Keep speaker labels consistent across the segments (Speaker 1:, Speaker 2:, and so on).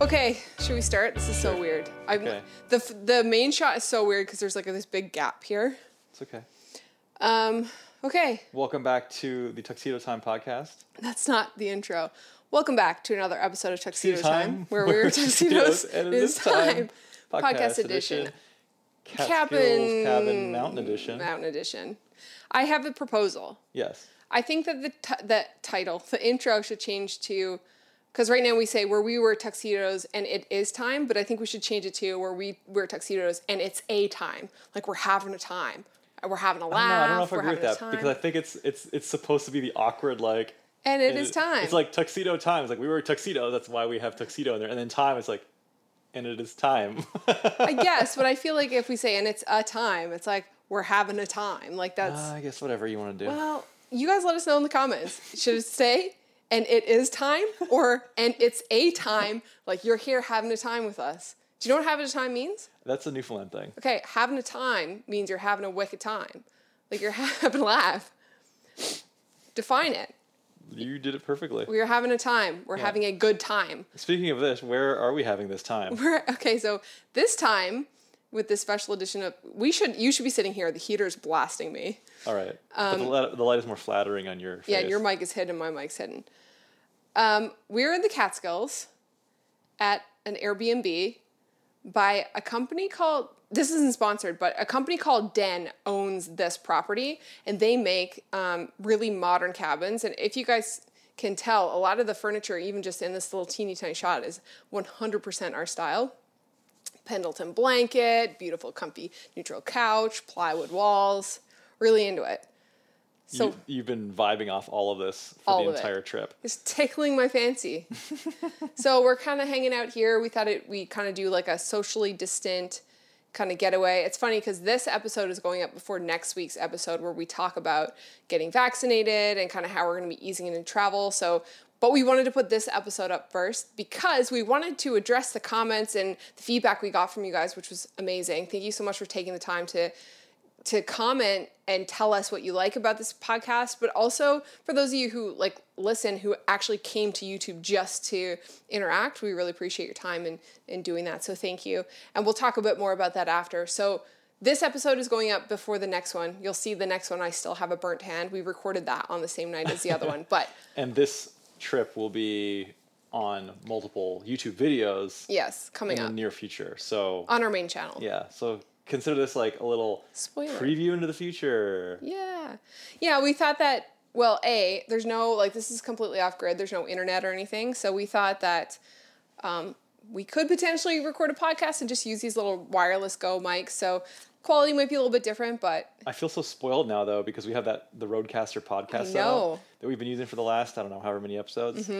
Speaker 1: Okay, should we start? This is so weird. I'm,
Speaker 2: Okay.
Speaker 1: The f- the main shot is so weird because there's like this big gap here.
Speaker 2: It's okay.
Speaker 1: Um, okay,
Speaker 2: Welcome back to the Tuxedo Time podcast.
Speaker 1: that's not the intro. Welcome back to another episode of Tuxedo,
Speaker 2: Tuxedo
Speaker 1: Time,
Speaker 2: Time,
Speaker 1: where we were tuxedos
Speaker 2: and
Speaker 1: and it is time. Podcast edition.
Speaker 2: Cabin,
Speaker 1: Cabin-
Speaker 2: cabin, mountain edition.
Speaker 1: Mountain Edition. I have a proposal.
Speaker 2: Yes.
Speaker 1: I think that the t- that title, the intro, should change to, because right now we say where we were tuxedos and it is time, but I think we should change it to where we wear tuxedos and it's a time. Like we're having a time, we're having a
Speaker 2: No,
Speaker 1: laugh.
Speaker 2: I don't know if I
Speaker 1: Ah, we're
Speaker 2: agree with
Speaker 1: having a
Speaker 2: that because I
Speaker 1: time.
Speaker 2: think it's it's it's supposed to be the awkward like.
Speaker 1: and it
Speaker 2: and
Speaker 1: is
Speaker 2: it-
Speaker 1: time.
Speaker 2: It's like tuxedo time. It's like we were tuxedo. That's why we have tuxedo in there. And then time is like, and it is time.
Speaker 1: I guess, but I feel like if we say and it's a time, it's like we're having a time. Like that's
Speaker 2: I guess whatever you want to do.
Speaker 1: well, you guys let us know in the comments. Should it say and it is time or and it's a time? Like you're here having a time with us. Do you know what having a time means?
Speaker 2: That's a Newfoundland thing.
Speaker 1: Okay, having a time means you're having a wicked time. Like you're having a laugh. Define it.
Speaker 2: You did it perfectly.
Speaker 1: We're having a time. We're having a good time.
Speaker 2: Speaking of this, where are we having this time?
Speaker 1: We're, okay, so this time with this special edition of we should you should be sitting here. The heater's blasting me.
Speaker 2: All right. but the, light, the light is more flattering on your face.
Speaker 1: Um, Yeah, and your mic is hidden. My mic's hidden. Um, we're in the Catskills at an Airbnb by a company called. This isn't sponsored, but a company called Den owns this property, and they make um, really modern cabins. And if you guys can tell, a lot of the furniture, even just in this little teeny tiny shot, is 100% our style. Pendleton blanket, beautiful, comfy, neutral couch, plywood walls. Really into it. So
Speaker 2: you, you've been vibing off all of this for
Speaker 1: All
Speaker 2: the
Speaker 1: of it.
Speaker 2: entire trip.
Speaker 1: It's tickling my fancy. so we're kind of hanging out here. We thought it we kind of do like a socially distant kind of getaway. It's funny because this episode is going up before next week's episode where we talk about getting vaccinated and kind of how we're going to be easing into travel. So but we wanted to put this episode up first because we wanted to address the comments and the feedback we got from you guys, which was amazing. Thank you so much for taking the time to to comment and tell us what you like about this podcast but also for those of you who like listen who actually came to youtube just to interact we really appreciate your time in in doing that so thank you and we'll talk a bit more about that after so this episode is going up before the next one you'll see the next one i still have a burnt hand we recorded that on the same night as the other one but
Speaker 2: And this trip will be on multiple YouTube videos
Speaker 1: yes coming
Speaker 2: in the
Speaker 1: up
Speaker 2: near future. So,
Speaker 1: on our main channel
Speaker 2: yeah. So consider this like a little
Speaker 1: Spoiler.
Speaker 2: preview into the future.
Speaker 1: Yeah. Yeah, we thought that well, A, there's no like this is completely off grid, there's no internet or anything. So we thought that um we could potentially record a podcast and just use these little wireless go mics. So quality might be a little bit different, but
Speaker 2: I feel so spoiled now though because we have that the Roadcaster podcast
Speaker 1: know. Mm-hmm.
Speaker 2: setup that we've been using for the last I don't know however many episodes.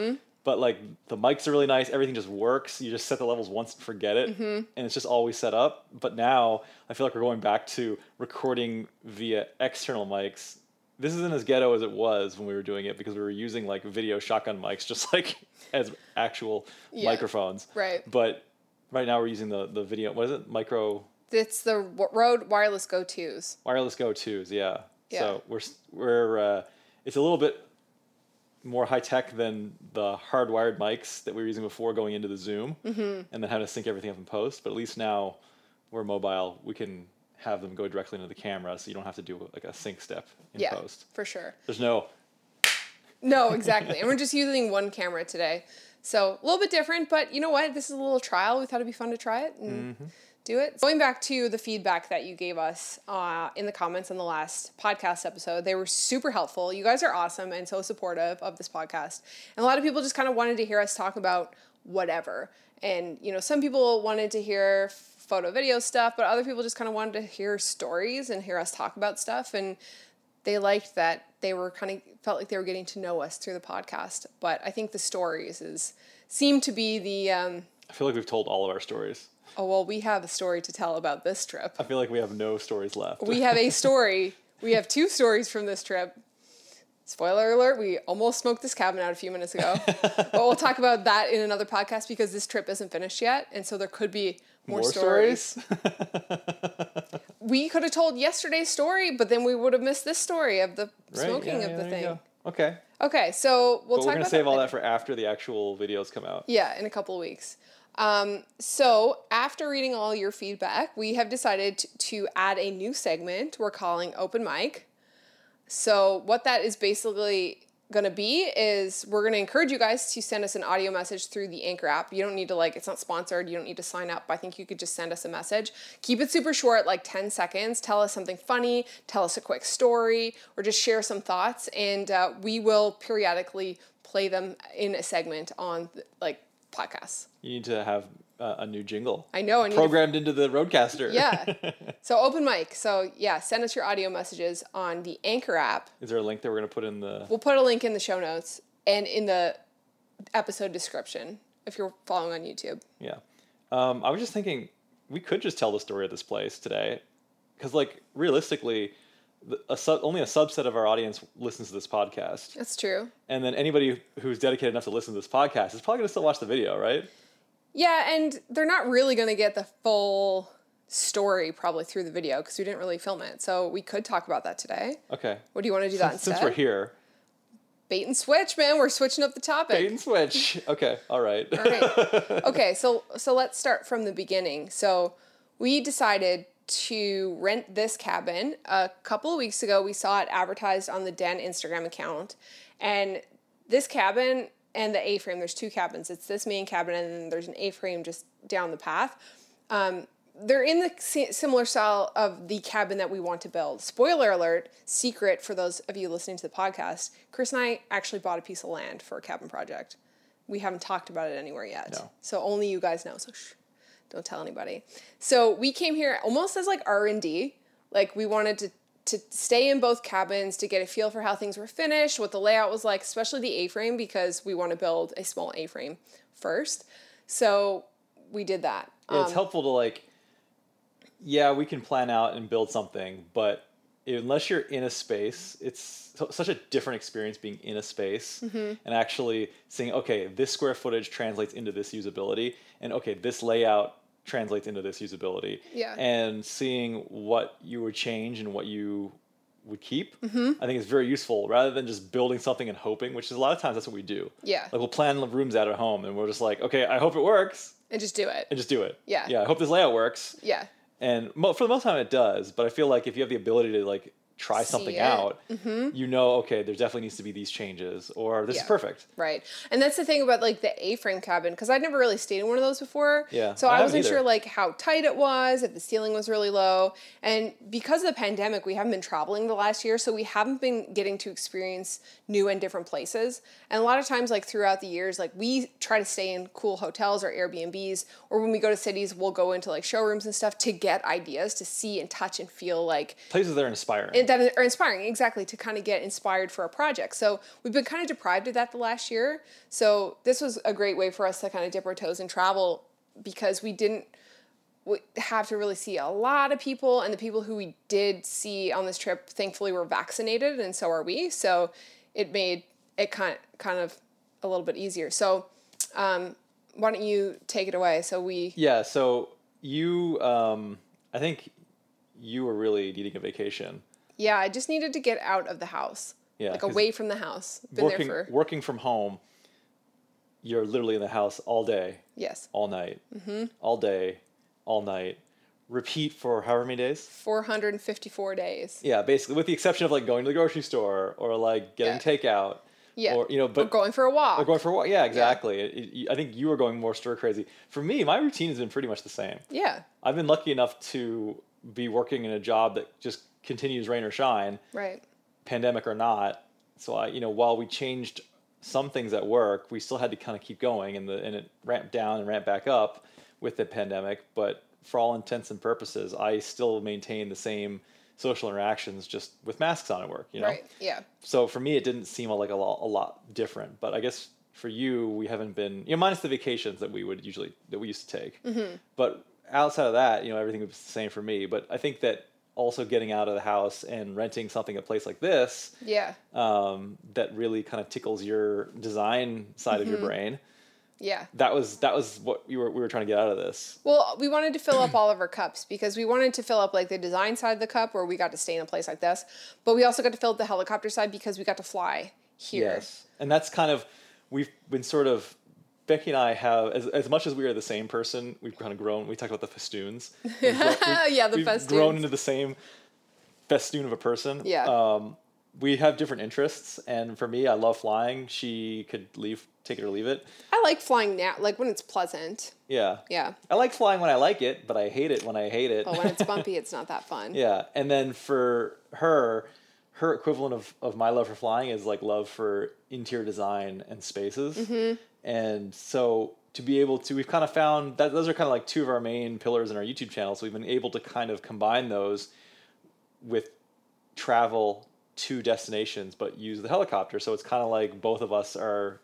Speaker 2: But like the mics are really nice, everything just works. You just set the levels once and forget it,
Speaker 1: Mm-hmm.
Speaker 2: and it's just always set up. But now I feel like we're going back to recording via external mics. This isn't as ghetto as it was when we were doing it because we were using like video shotgun mics just like as actual microphones.
Speaker 1: right.
Speaker 2: But right now we're using the the video. What is it? Micro
Speaker 1: it's the w- Rode wireless go tos.
Speaker 2: wireless go twos yeah,
Speaker 1: Yeah.
Speaker 2: so we're s- we're uh, it's a little bit more high tech than the hardwired mics that we were using before going into the zoom
Speaker 1: Mm-hmm.
Speaker 2: and then having to sync everything up in post but at least now we're mobile we can have them go directly into the camera so you don't have to do like a sync step in
Speaker 1: Yeah.
Speaker 2: post
Speaker 1: For sure.
Speaker 2: there's no
Speaker 1: No, exactly. and we're just using one camera today. So a little bit different, but you know what? This is a little trial. We thought it'd be fun to try it and do it. Going back to the feedback that you gave us uh, in the comments on the last podcast episode, they were super helpful. You guys are awesome and so supportive of this podcast. And a lot of people just kind of wanted to hear us talk about whatever. And, you know, some people wanted to hear photo video stuff, but other people just kind of wanted to hear stories and hear us talk about stuff. And they liked that they were kind of felt like they were getting to know us through the podcast. But I think the stories is seem to be the um,
Speaker 2: i feel like we've told all of our stories
Speaker 1: oh well, we have a story to tell about this trip.
Speaker 2: i feel like we have no stories left
Speaker 1: We have a story. we have two stories from this trip. Spoiler alert, we almost smoked this cabin out a few minutes ago. but we'll talk about that in another podcast because this trip isn't finished yet. And so there could be more, stories. We could have told yesterday's story, but then we would have missed this story of the
Speaker 2: Right?
Speaker 1: smoking
Speaker 2: Yeah,
Speaker 1: of
Speaker 2: yeah,
Speaker 1: the
Speaker 2: there you
Speaker 1: thing.
Speaker 2: go. okay
Speaker 1: Okay, so we'll
Speaker 2: but
Speaker 1: talk
Speaker 2: we're
Speaker 1: about
Speaker 2: gonna save all
Speaker 1: later.
Speaker 2: that for after the actual videos come out
Speaker 1: Yeah, in a couple of weeks. Um, so, after reading all your feedback, we have decided t- to add a new segment we're calling Open Mic. So, what that is basically going to be is we're going to encourage you guys to send us an audio message through the Anchor app. You don't need to, like, it's not sponsored. You don't need to sign up. I think you could just send us a message. Keep it super short, like 10 seconds. Tell us something funny, tell us a quick story, or just share some thoughts. And uh, we will periodically play them in a segment on, like, podcasts.
Speaker 2: You need to have uh, a new jingle.
Speaker 1: I know. I need to-
Speaker 2: Programmed into the roadcaster.
Speaker 1: Yeah. so open mic. So yeah, send us your audio messages on the Anchor app.
Speaker 2: Is there a link that we're gonna put in the?
Speaker 1: We'll put a link in the show notes and in the episode description if you're following on YouTube.
Speaker 2: Yeah. Um, I was just thinking we could just tell the story of this place today, because like realistically, the- a sub, only a subset of our audience listens to this podcast,
Speaker 1: That's true.
Speaker 2: and then anybody who's dedicated enough to listen to this podcast is probably gonna still watch the video, right?
Speaker 1: Yeah, and they're not really going to get the full story probably through the video because we didn't really film it. So we could talk about that today.
Speaker 2: Okay.
Speaker 1: What do you want to do that instead?
Speaker 2: Since we're here,
Speaker 1: Bait and switch, man. We're switching up the topic.
Speaker 2: bait and switch. Okay. All right.
Speaker 1: All right. okay, so so let's start from the beginning. So we decided to rent this cabin a couple of weeks ago. We saw it advertised on the Den Instagram account, and this cabin and the A frame. There's two cabins. It's this main cabin, and then there's an A frame just down the path. Um, they're in the si- similar style of the cabin that we want to build. Spoiler alert, secret for those of you listening to the podcast, Chris and I actually bought a piece of land for a cabin project. We haven't talked about it anywhere yet.
Speaker 2: No.
Speaker 1: So only you guys know. So shh, don't tell anybody. So we came here almost as like R&D. Like we wanted to to stay in both cabins to get a feel for how things were finished, what the layout was like, especially the A-frame because we want to build a small A-frame first. So we did that.
Speaker 2: Yeah, it's helpful to like yeah we can plan out and build something but unless you're in a space it's so- such a different experience being in a space
Speaker 1: Mm-hmm.
Speaker 2: and actually seeing okay this square footage translates into this usability and okay this layout translates into this usability
Speaker 1: Yeah.
Speaker 2: and seeing what you would change and what you would keep
Speaker 1: Mm-hmm.
Speaker 2: i think is very useful rather than just building something and hoping which is a lot of times that's what we do
Speaker 1: Yeah.
Speaker 2: like we'll plan rooms out at home and we're just like okay i hope it works
Speaker 1: and just do it.
Speaker 2: and just do it.
Speaker 1: Yeah.
Speaker 2: Yeah. I hope this layout works.
Speaker 1: Yeah.
Speaker 2: And mo- for the most time, it does. But I feel like if you have the ability to like try
Speaker 1: See
Speaker 2: something
Speaker 1: it. Mm-hmm.
Speaker 2: out, you know, okay, there definitely needs to be these changes, or this
Speaker 1: Yeah.
Speaker 2: is perfect.
Speaker 1: Right. And that's the thing about like the A-frame cabin because I'd never really stayed in one of those before.
Speaker 2: Yeah,
Speaker 1: So
Speaker 2: I
Speaker 1: I,
Speaker 2: haven't
Speaker 1: wasn't
Speaker 2: either.
Speaker 1: sure like how tight it was, if the ceiling was really low. And because of the pandemic, we haven't been traveling the last year, so we haven't been getting to experience new and different places. And a lot of times like throughout the years, like we try to stay in cool hotels or Airbnbs or when we go to cities, we'll go into like showrooms and stuff to get ideas to see and touch and feel like
Speaker 2: Places that are inspiring.
Speaker 1: and that are inspiring exactly to kind of get inspired for a project so we've been kind of deprived of that the last year so this was a great way for us to kind of dip our toes and travel because we didn't w- have to really see a lot of people and the people who we did see on this trip thankfully were vaccinated and so are we so it made it kind kind of a little bit easier so um, why don't you take it away so we
Speaker 2: yeah. So you, um, I think you were really needing a vacation.
Speaker 1: yeah i just needed to get out of the house
Speaker 2: Yeah,
Speaker 1: like
Speaker 2: 'cause
Speaker 1: away from the house been
Speaker 2: working,
Speaker 1: there for
Speaker 2: working from home, you're literally in the house all day,
Speaker 1: yes
Speaker 2: all night,
Speaker 1: Mm-hmm.
Speaker 2: all day, all night. Repeat for however many days.
Speaker 1: 454 days.
Speaker 2: Yeah, basically, with the exception of like going to the grocery store or like getting takeout,
Speaker 1: Yeah.
Speaker 2: or you know,
Speaker 1: We're
Speaker 2: but
Speaker 1: going for a walk.
Speaker 2: or going for a walk. Yeah, exactly. It- it- you- I think you were going more stir crazy. For me, my routine has been pretty much the same.
Speaker 1: yeah.
Speaker 2: I've been lucky enough to be working in a job that just continues rain or shine,
Speaker 1: Right.
Speaker 2: pandemic or not. So I, you know, while we changed some things at work, we still had to kind of keep going, and the and it ramped down and ramped back up with the pandemic. But for all intents and purposes, I still maintain the same social interactions, just with masks on at work. You know,
Speaker 1: Right. Yeah.
Speaker 2: so for me, it didn't seem like a lot, a lot different. But I guess for you, we haven't been, you know, minus the vacations that we would usually that we used to take. But outside of that, you know, everything was the same for me. But I think that also getting out of the house and renting something a place like this
Speaker 1: Yeah.
Speaker 2: um, that really kind of tickles your design side of your brain.
Speaker 1: Yeah.
Speaker 2: That was that was what we were we were trying to get out of this.
Speaker 1: Well, we wanted to fill up all of our cups because we wanted to fill up like the design side of the cup where we got to stay in a place like this, but we also got to fill up the helicopter side because we got to fly here.
Speaker 2: Yes. And that's kind of we've been sort of Becky and I have, as, as much as we are the same person, we've kind of grown. We talked about the festoons.
Speaker 1: yeah, the
Speaker 2: we've
Speaker 1: festoons.
Speaker 2: grown into the same festoon of a person.
Speaker 1: Yeah.
Speaker 2: Um, we have different interests, and for me, I love flying. She could leave, take it or leave it.
Speaker 1: I like flying now, like when it's pleasant.
Speaker 2: Yeah.
Speaker 1: Yeah.
Speaker 2: I like flying when I like it, but I hate it when I hate it.
Speaker 1: But when it's bumpy, it's not that fun.
Speaker 2: yeah. And then for her, her equivalent of, of my love for flying is like love for interior design and spaces. And so to be able to, we've kind of found that those are kind of like two of our main pillars in our YouTube channel. So we've been able to kind of combine those with travel to destinations, but use the helicopter. So it's kind of like both of us are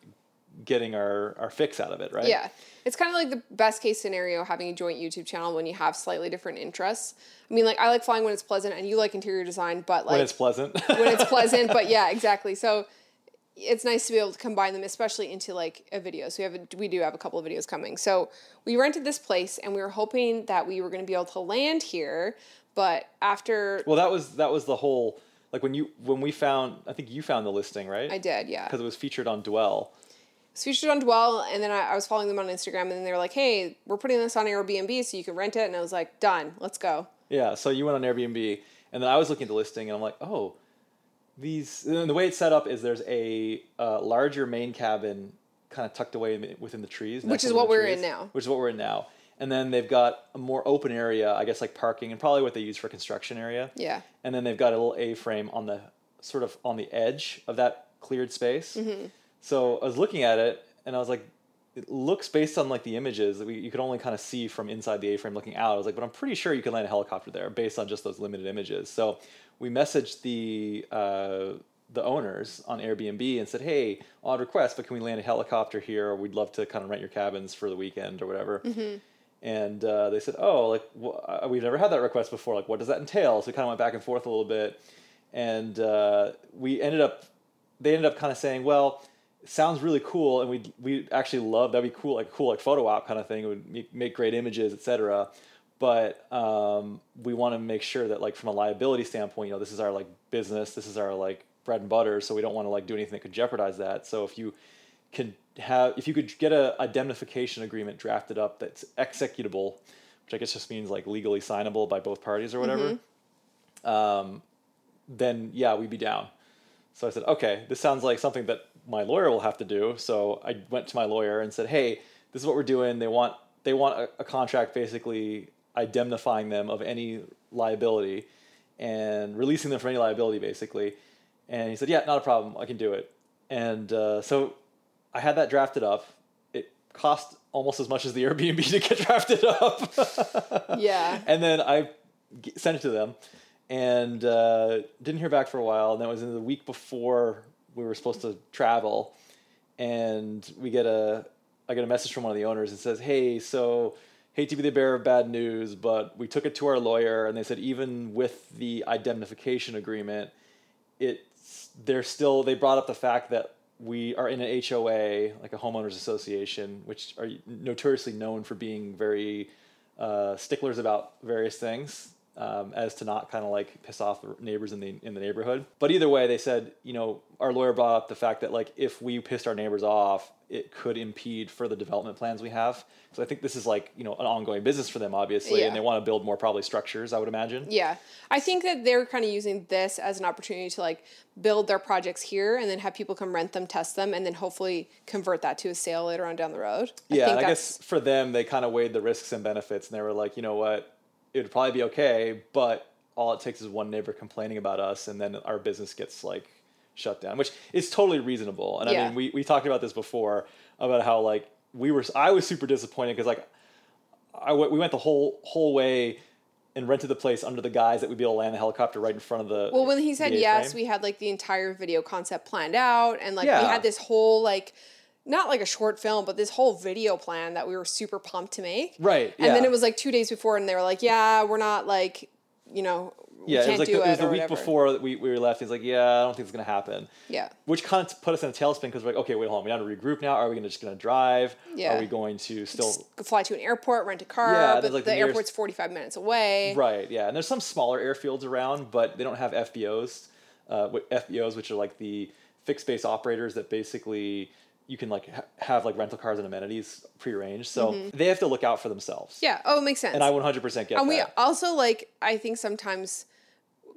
Speaker 2: getting our, our fix out of it, right?
Speaker 1: Yeah. It's kind of like the best case scenario having a joint YouTube channel when you have slightly different interests. I mean, like I like flying when it's pleasant and you like interior design, but like
Speaker 2: When it's pleasant.
Speaker 1: when it's pleasant. But yeah, exactly. So it's nice to be able to combine them, especially into like a video. So we have a, we do have a couple of videos coming. So we rented this place, and we were hoping that we were going to be able to land here. But after
Speaker 2: Well, that was that was the whole like when you when we found I think you found the listing right
Speaker 1: I did, yeah,
Speaker 2: because it was featured on Dwell.
Speaker 1: so we should on Dwell, and then I, I was following them on Instagram, and then they were like, "Hey, we're putting this on Airbnb, so you can rent it." And I was like, "Done, let's go."
Speaker 2: Yeah, so you went on Airbnb, and then I was looking at the listing, and I'm like, oh, these. And the way it's set up is there's a uh, larger main cabin kind of tucked away in the, within the trees, next
Speaker 1: Which is
Speaker 2: to the
Speaker 1: what we're in
Speaker 2: trees,
Speaker 1: now.
Speaker 2: Which is what we're in now. And then they've got a more open area, I guess, like parking, and probably what they use for construction area.
Speaker 1: Yeah,
Speaker 2: and then they've got a little A-frame on the sort of on the edge of that cleared space. So I was looking at it and I was like, it looks based on like the images that we, you could only kind of see from inside the A-frame looking out. I was like, but I'm pretty sure you could land a helicopter there based on just those limited images. So we messaged the uh, the owners on Airbnb and said, hey, odd request, but can we land a helicopter here? Or we'd love to kind of rent your cabins for the weekend or whatever and uh, they said, "Oh, like wh- uh, we've never had that request before. Like, what does that entail?" So we kind of went back and forth a little bit, and uh, we ended up. They ended up kind of saying, "Well, it sounds really cool, and we we actually love that'd be cool, like cool like photo op kind of thing. It would make, make great images, etc." But um, we want to make sure that, like, from a liability standpoint, you know, this is our like business, this is our like bread and butter, so we don't want to like do anything that could jeopardize that. So if you could have if you could get a indemnification agreement drafted up that's executable, which I guess just means like legally signable by both parties or whatever, um, then yeah, we'd be down. So I said, okay, this sounds like something that my lawyer will have to do. So I went to my lawyer and said, hey, this is what we're doing. They want they want a, a contract basically indemnifying them of any liability and releasing them from any liability basically. And he said, yeah, not a problem. I can do it. And uh, so I had that drafted up. It cost almost as much as the Airbnb to get drafted up.
Speaker 1: yeah.
Speaker 2: And then I g- sent it to them and uh, didn't hear back for a while. And that was in the week before we were supposed to travel. And we get a, I get a message from one of the owners and says, Hey, so hate to be the bearer of bad news, but we took it to our lawyer and they said, even with the indemnification agreement, it's they're still they brought up the fact that we are in an HOA, like a homeowners association, which are notoriously known for being very uh, sticklers about various things, um, as to not kind of like piss off the neighbors in the in the neighborhood. But either way, they said, you know, our lawyer brought up the fact that like if we pissed our neighbors off, it could impede further development plans we have. So I think this is like you know an ongoing business for them, obviously,
Speaker 1: Yeah.
Speaker 2: and they want to build more probably structures, I would imagine.
Speaker 1: Yeah. I think that they're kind of using this as an opportunity to like build their projects here and then have people come rent them, test them, and then hopefully convert that to a sale later on down the road. I
Speaker 2: Yeah, and
Speaker 1: think
Speaker 2: I
Speaker 1: that's
Speaker 2: guess for them, they kind of weighed the risks and benefits, and they were like, you know what, it would probably be okay, but all it takes is one neighbor complaining about us, and then our business gets like shut down, which is totally reasonable. And I
Speaker 1: Yeah.
Speaker 2: mean, we we talked about this before about how like we were, I was super disappointed because like I w- we went the whole whole way and rented the place under the guise that we'd be able to land the helicopter right in front of the.
Speaker 1: well when he said
Speaker 2: the
Speaker 1: yes,
Speaker 2: A-frame.
Speaker 1: we had like the entire video concept planned out and like we
Speaker 2: Yeah.
Speaker 1: had this whole like not like a short film, but this whole video plan that we were super pumped to make.
Speaker 2: right,
Speaker 1: And then
Speaker 2: yeah.
Speaker 1: it was like two days before and they were like, Yeah, we're not like, you know, we
Speaker 2: yeah,
Speaker 1: can't
Speaker 2: it was like
Speaker 1: do
Speaker 2: the,
Speaker 1: it,
Speaker 2: it was the
Speaker 1: or
Speaker 2: week
Speaker 1: whatever.
Speaker 2: before that we, we left. He's like, yeah, I don't think it's gonna happen.
Speaker 1: Yeah.
Speaker 2: which kind of put us in a tailspin because we're like, okay, wait, hold on, we got to regroup now. Are we gonna just gonna drive?
Speaker 1: Yeah.
Speaker 2: Are we going to still?
Speaker 1: Fly to an airport, rent a car,
Speaker 2: Yeah,
Speaker 1: but
Speaker 2: there's, like,
Speaker 1: the,
Speaker 2: the nearest-
Speaker 1: airport's forty five minutes away.
Speaker 2: Right, yeah. And there's some smaller airfields around, but they don't have FBOs. Uh, wh- FBOs, which are like the fixed base operators that basically you can like ha- have like rental cars and amenities prearranged. So they have to look out for themselves.
Speaker 1: Yeah. Oh, it makes sense.
Speaker 2: And I 100% get
Speaker 1: Mm-hmm. And we
Speaker 2: that.
Speaker 1: also like I think sometimes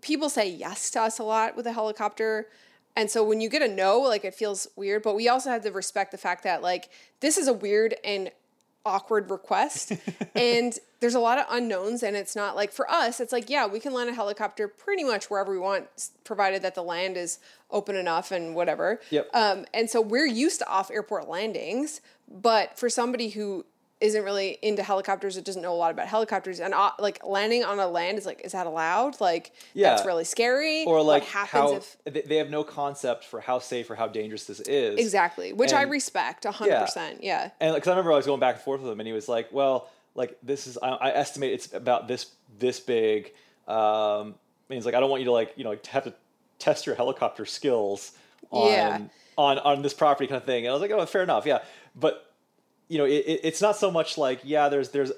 Speaker 1: people say yes to us a lot with a helicopter. And so when you get a no, like it feels weird, but we also have to respect the fact that like this is a weird and awkward request and there's a lot of unknowns and it's not like for us it's like yeah we can land a helicopter pretty much wherever we want s- provided that the land is open enough and whatever
Speaker 2: Yep.
Speaker 1: um, and so we're used to off airport landings but for somebody who isn't really into helicopters or doesn't know a lot about helicopters and uh, like landing on a land is like is that allowed like that's
Speaker 2: Yeah.
Speaker 1: really scary
Speaker 2: or like
Speaker 1: what happens
Speaker 2: how
Speaker 1: if
Speaker 2: they- they have no concept for how safe or how dangerous this is.
Speaker 1: exactly which i
Speaker 2: and-
Speaker 1: respect 100% yeah
Speaker 2: And because I remember I was going back and forth with him, and he was like, "Well, like this is I, I estimate it's about this this big." Um, and he's like, "I don't want you to like you know like, have to test your helicopter skills on
Speaker 1: Yeah.
Speaker 2: on on this property kind of thing." And I was like, "Oh, fair enough, yeah." But you know, it, it, it's not so much like yeah, there's there's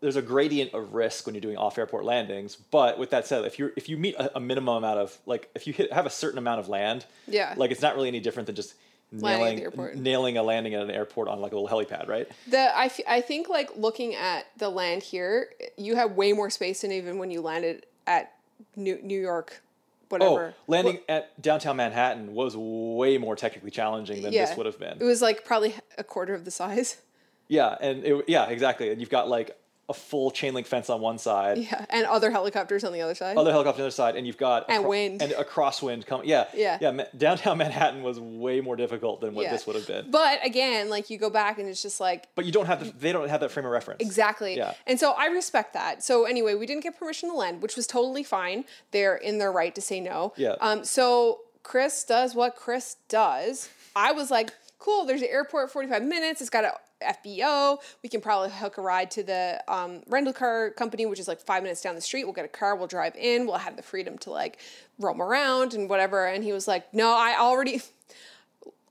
Speaker 2: there's a gradient of risk when you're doing off airport landings. But with that said, if you if you meet a, a minimum amount of like if you hit, have a certain amount of land,
Speaker 1: Yeah.
Speaker 2: like it's not really any different than just
Speaker 1: Landing at the
Speaker 2: nailing
Speaker 1: airport.
Speaker 2: nailing a landing at an airport on like a little helipad, right?
Speaker 1: The I, f- I think like looking at the land here, you have way more space than even when you landed at New New York, whatever.
Speaker 2: Oh, landing at downtown Manhattan was way more technically challenging than
Speaker 1: Yeah.
Speaker 2: this would have
Speaker 1: It
Speaker 2: been.
Speaker 1: was like probably a quarter of the size.
Speaker 2: Yeah, and it, yeah, exactly. And you've got like a full chain link fence on one side,
Speaker 1: Yeah, and other helicopters on the other side.
Speaker 2: other helicopter on the other side, and you've got a
Speaker 1: And wind.
Speaker 2: and a crosswind coming. Yeah,
Speaker 1: Yeah.
Speaker 2: yeah. Ma- downtown Manhattan was way more difficult than what
Speaker 1: Yeah.
Speaker 2: this would have been.
Speaker 1: But again, like you go back and it's just like
Speaker 2: But you don't have the, they don't have that frame of reference.
Speaker 1: Exactly.
Speaker 2: Yeah.
Speaker 1: And so I respect that. So anyway, we didn't get permission to land, which was totally fine. They're in their right to say no.
Speaker 2: Yeah.
Speaker 1: Um, so Chris does what Chris does. I was like, cool, there's an airport 45 minutes. It's got a FBO. We can probably hook a ride to the um, rental car company, which is like five minutes down the street. We'll get a car. We'll drive in. We'll have the freedom to like roam around and whatever. And he was like, no, I already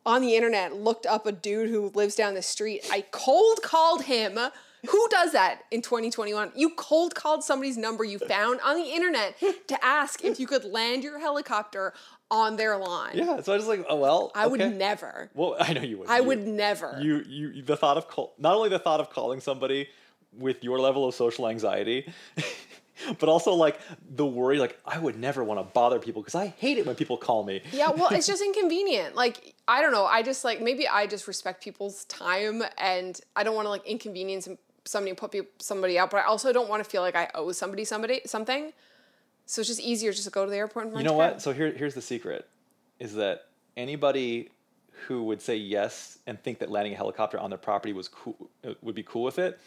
Speaker 1: on the internet looked up a dude who lives down the street. I cold called him. Who does that in 2021? You cold called somebody's number you found on the internet to ask if you could land your helicopter on their lawn.
Speaker 2: Yeah. So I was just like, oh well.
Speaker 1: I would
Speaker 2: okay.
Speaker 1: never.
Speaker 2: Well, I know you would.
Speaker 1: I would never.
Speaker 2: you you the thought of call, not only the thought of calling somebody with your level of social anxiety but also like the worry like i would never want to bother people because i hate it when people call me
Speaker 1: yeah, well, it's just inconvenient. Like, I don't know. I just like maybe I just respect people's time and I don't want to like inconvenience somebody and put peop- somebody out, but I also don't want to feel like I owe somebody somebody something. So it's just easier just to go to the airport and
Speaker 2: you
Speaker 1: rent
Speaker 2: know
Speaker 1: a car.
Speaker 2: what so here, here's the secret is that anybody who would say yes and think that landing a helicopter on their property was cool uh, would be cool with it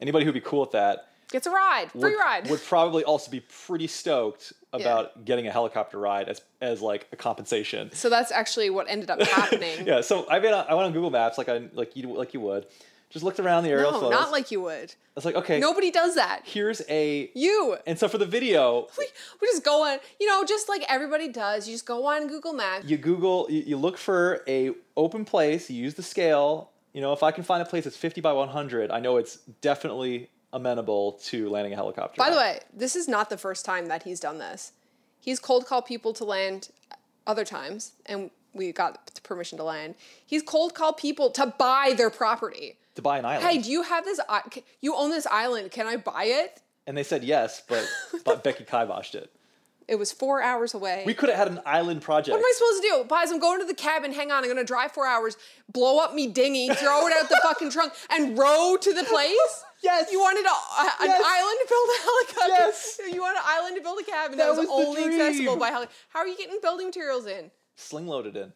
Speaker 2: anybody who'd be cool with that
Speaker 1: gets a ride, free
Speaker 2: would,
Speaker 1: ride.
Speaker 2: would probably also be pretty stoked about getting a helicopter ride as as like a compensation
Speaker 1: so that's actually what ended up happening.
Speaker 2: yeah, so I been on, I went on Google Maps like I like you like you would. Just looked around the aerial
Speaker 1: No,
Speaker 2: photos.
Speaker 1: Oh, not like you would.
Speaker 2: I was like, okay,
Speaker 1: Nobody does that.
Speaker 2: here's a
Speaker 1: You.
Speaker 2: and so for the video,
Speaker 1: We, we just go on, you know, just like everybody does. You just go on Google Maps.
Speaker 2: you Google you, you look for a open place, you use the scale. You know, if I can find a place that's 50 by 100, I know it's definitely amenable to landing a helicopter.
Speaker 1: By the way, this is not the first time that he's done this. He's cold called people to land other times, and we got the permission to land. He's cold called people to buy their property.
Speaker 2: to buy an island.
Speaker 1: Hey, do you have this? i- c- You own this island. Can I buy it?
Speaker 2: And they said yes, but, but Becky kiboshed it.
Speaker 1: It was four hours away.
Speaker 2: We could have had an island project.
Speaker 1: What am I supposed to do? Pies, I'm going to the cabin. Hang on, I'm going to drive four hours, blow up me dinghy, throw it out the fucking trunk, and row to the place.
Speaker 2: Yes.
Speaker 1: You wanted a, a- an
Speaker 2: Yes.
Speaker 1: island to build a helicopter.
Speaker 2: Yes.
Speaker 1: You wanted an island to build a cabin that,
Speaker 2: That
Speaker 1: was,
Speaker 2: was the
Speaker 1: only accessible
Speaker 2: dream.
Speaker 1: by helicopter. How are you getting building materials in?
Speaker 2: Sling loaded in.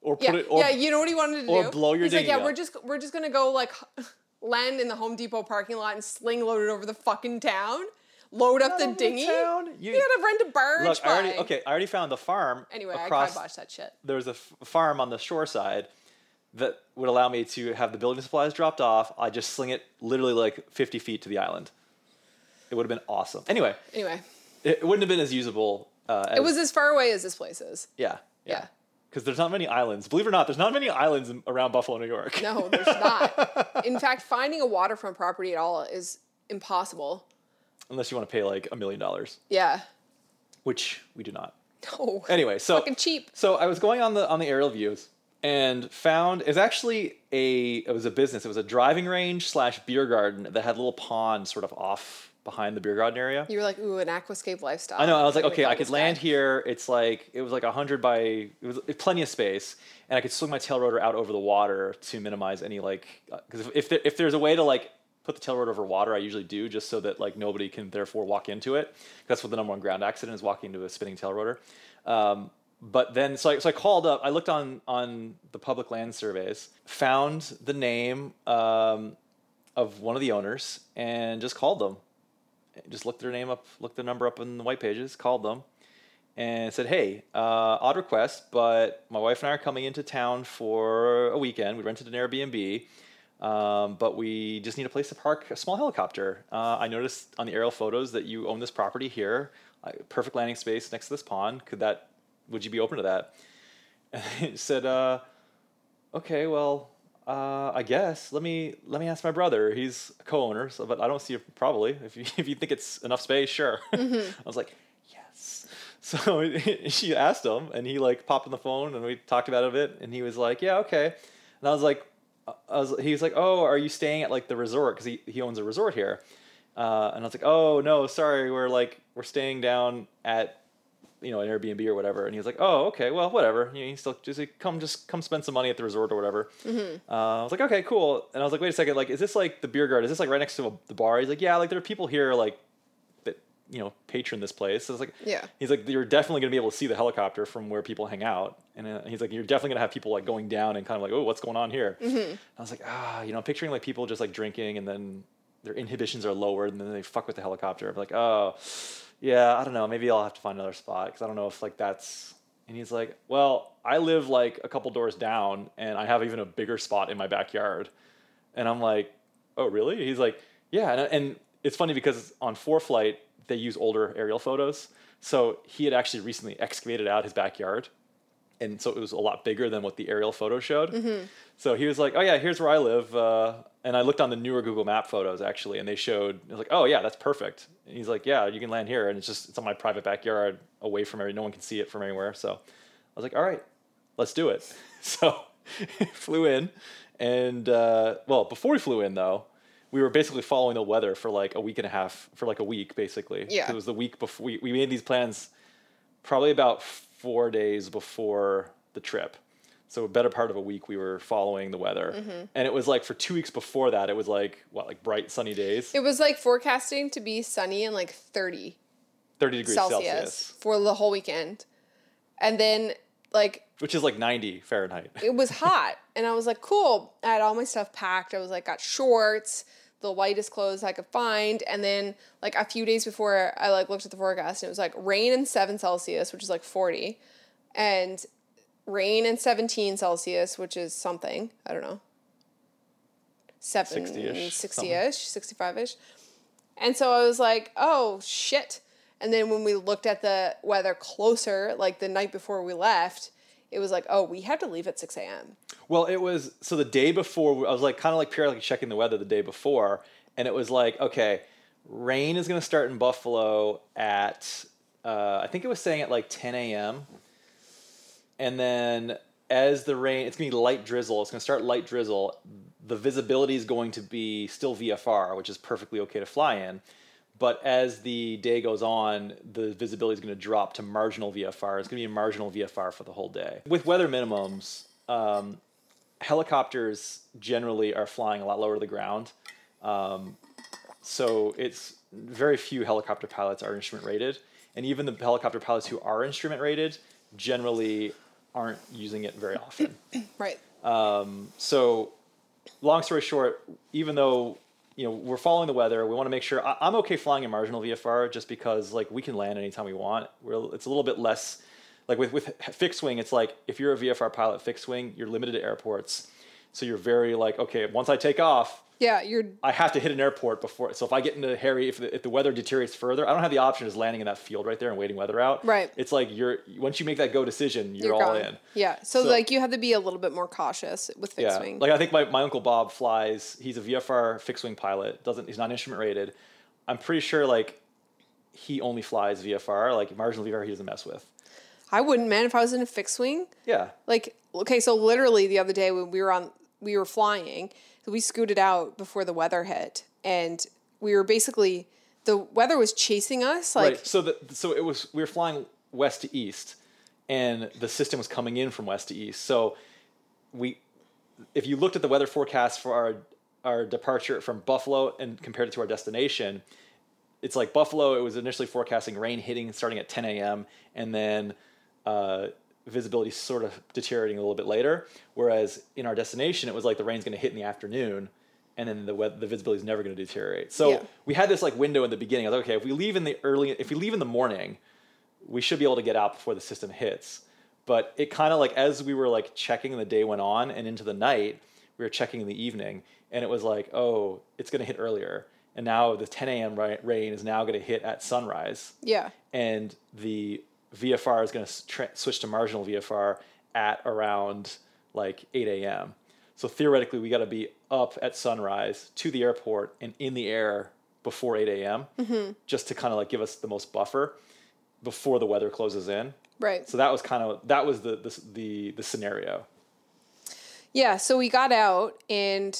Speaker 2: Or put
Speaker 1: Yeah,
Speaker 2: it or
Speaker 1: yeah. You know what he wanted to do?
Speaker 2: or blow your
Speaker 1: He's like,
Speaker 2: dinghy
Speaker 1: yeah,
Speaker 2: up."
Speaker 1: we're just we're just gonna go like land in the Home Depot parking lot and sling load it over the fucking town. Load up the
Speaker 2: Over the
Speaker 1: dinghy.
Speaker 2: town? You-
Speaker 1: You, gotta rent a bird.
Speaker 2: Look, I already okay, I already found the farm
Speaker 1: Anyway,
Speaker 2: across
Speaker 1: I kiboshed that shit.
Speaker 2: there was a f- farm on the shore side that would allow me to have the building supplies dropped off. I just sling it literally like 50 feet to the island. It would have been awesome. Anyway,
Speaker 1: Anyway,
Speaker 2: it, it wouldn't have been as usable. Uh, as,
Speaker 1: it was as far away as this place is.
Speaker 2: yeah,
Speaker 1: Yeah.
Speaker 2: yeah. Because there's not many islands. Believe it or not, there's not many islands in- around Buffalo, New York.
Speaker 1: No, there's not. In fact, finding a waterfront property at all is impossible.
Speaker 2: Unless you want to pay like a million dollars,
Speaker 1: Yeah.
Speaker 2: which we do not.
Speaker 1: No.
Speaker 2: Anyway, so
Speaker 1: Fucking cheap.
Speaker 2: So I was going on the on the aerial views, and found it was actually a it was a business. It was a driving range slash beer garden that had a little pond sort of off behind the beer garden area.
Speaker 1: You were like, ooh, an aquascape lifestyle.
Speaker 2: I know. I was like,
Speaker 1: would
Speaker 2: okay,
Speaker 1: call
Speaker 2: I could
Speaker 1: this
Speaker 2: land
Speaker 1: guy.
Speaker 2: here. It's like it was like hundred by it was plenty of space, and I could swing my tail rotor out over the water to minimize any like because if if, there, if there's a way to like put the tail rotor over water, I usually do just so that like nobody can therefore walk into it. That's what the number one ground accident is walking into a spinning tail rotor. Um, but then so I, so I called up. I looked on on the public land surveys, found the name um, of one of the owners, and just called them just looked their name up, looked their number up in the white pages, called them, and said, "Hey, uh, odd request, but my wife and I are coming into town for a weekend. We rented an Airbnb, um, but we just need a place to park a small helicopter. Uh, I noticed on the aerial photos that you own this property here, uh, perfect landing space next to this pond. Could that? Would you be open to that?" And they said, uh, okay well uh, i guess let me let me ask my brother he's a co-owner so but i don't see a probably if you if you think it's enough space sure i was like yes so she asked him and he like popped on the phone and we talked about it a bit and he was like yeah okay and i was like uh, I was, he was like oh are you staying at like the resort because he, he owns a resort here uh, and i was like oh no sorry we're like we're staying down at you know, an Airbnb or whatever. And he was like, oh, okay, well, whatever. You, know, you still just like, come, just come spend some money at the resort or whatever. Uh, I was like, okay, cool. And I was like, wait a second, like, is this like the beer garden? Is this like right next to a, the bar? He's like, yeah, like there are people here like that, you know, patron this place. So I was like,
Speaker 1: Yeah.
Speaker 2: He's like, you're definitely gonna be able to see the helicopter from where people hang out. And uh, he's like, you're definitely gonna have people like going down and kind of like, oh, what's going on here? I was like, ah, you know, I'm picturing like people just like drinking and then their inhibitions are lowered and then they fuck with the helicopter. I'm like, oh, yeah, I don't know. Maybe I'll have to find another spot because I don't know if like that's. And he's like, well, I live like a couple doors down and I have even a bigger spot in my backyard. And I'm like, oh, really? He's like, yeah. And, and it's funny because on Four Flight, they use older aerial photos. So he had actually recently excavated out his backyard. And so it was a lot bigger than what the aerial photo showed. So he was like, oh, yeah, here's where I live. Uh, and I looked on the newer Google Map photos actually, and they showed, I was like, oh, yeah, that's perfect. And he's like, yeah, you can land here. And it's just, it's on my private backyard away from every, no one can see it from anywhere. So I was like, all right, let's do it. So flew in, and uh, well, before we flew in though, we were basically following the weather for like a week and a half, for like a week basically.
Speaker 1: Yeah.
Speaker 2: it was the week before we, we made these plans, probably about four days before the trip. So a better part of a week we were following the weather, and it was like for two weeks before that it was like what like bright sunny days,
Speaker 1: It was like forecasting to be sunny and like 30
Speaker 2: thirty degrees
Speaker 1: Celsius,
Speaker 2: Celsius,
Speaker 1: for the whole weekend. And then like
Speaker 2: which is like ninety Fahrenheit.
Speaker 1: it was hot and I was like, cool. I had all my stuff packed. I was like, got shorts, the lightest clothes I could find. And then like a few days before I like looked at the forecast and it was like rain and seven Celsius, which is like 40 and rain and 17 Celsius, which is something, I don't know. Seven,
Speaker 2: 60-ish,
Speaker 1: 60 ish, 65 ish. And so I was like, oh shit. And then when we looked at the weather closer, like the night before we left, it was like, oh, we have to leave at 6 a.m.
Speaker 2: Well, it was so the day before I was like kind of like periodically checking the weather the day before, and it was like okay, rain is going to start in Buffalo at uh, I think it was saying at like 10 a.m. And then as the rain, it's going to be light drizzle. It's going to start light drizzle. The visibility is going to be still VFR, which is perfectly okay to fly in. But as the day goes on, the visibility is going to drop to marginal VFR. It's going to be a marginal VFR for the whole day. With weather minimums, um, helicopters generally are flying a lot lower to the ground. Um, so it's very few helicopter pilots are instrument rated, and even the helicopter pilots who are instrument rated generally aren't using it very often.
Speaker 1: Right.
Speaker 2: so, long story short, even though you know we're following the weather, we want to make sure I, I'm okay flying in marginal VFR just because like we can land anytime we want. We're, it's a little bit less like with with fixed wing. It's like if you're a VFR pilot fixed wing, you're limited to airports, so you're very like okay. Once I take off,
Speaker 1: Yeah, you're
Speaker 2: I have to hit an airport before. So if I get into Harry, if the, if the weather deteriorates further, I don't have the option of just landing in that field right there and waiting weather out.
Speaker 1: Right.
Speaker 2: It's like you're once you make that go decision, you're,
Speaker 1: you're,
Speaker 2: all
Speaker 1: gone.
Speaker 2: in.
Speaker 1: Yeah. So,
Speaker 2: So-
Speaker 1: like you have to be a little bit more cautious with fixed
Speaker 2: Yeah.
Speaker 1: wing.
Speaker 2: Like I think my, my uncle Bob flies. He's a VFR fixed wing pilot. Doesn't he's not instrument rated. I'm pretty sure like he only flies VFR. Like marginal VFR, he doesn't mess with.
Speaker 1: I wouldn't, man, if I was in a fixed wing.
Speaker 2: Yeah.
Speaker 1: Like, okay, so literally the other day when we were on, we were flying, we scooted out before the weather hit, and we were basically the weather was chasing us. Like,
Speaker 2: right. So the, so it was we were flying west to east, and the system was coming in from west to east. So we, if you looked at the weather forecast for our our departure from Buffalo and compared it to our destination, it's like Buffalo. It was initially forecasting rain hitting starting at 10 a.m. and then uh, visibility sort of deteriorating a little bit later. Whereas in our destination, it was like the rain's going to hit in the afternoon, and then the weather, the visibility is never going to deteriorate. So
Speaker 1: Yeah.
Speaker 2: we had this like window in the beginning. I was like, okay, if we leave in the early, if we leave in the morning, we should be able to get out before the system hits. But it kind of like as we were like checking the day went on and into the night, we were checking in the evening, and it was like, oh, it's going to hit earlier. And now the 10 a.m. ri- rain is now going to hit at sunrise
Speaker 1: yeah,
Speaker 2: and the VFR is going to tra- switch to marginal VFR at around like 8 a.m. So theoretically, we got to be up at sunrise to the airport and in the air before 8 a.m. just to kind of like give us the most buffer before the weather closes in.
Speaker 1: right.
Speaker 2: So that was kind of that was the the the, the scenario.
Speaker 1: Yeah, so we got out and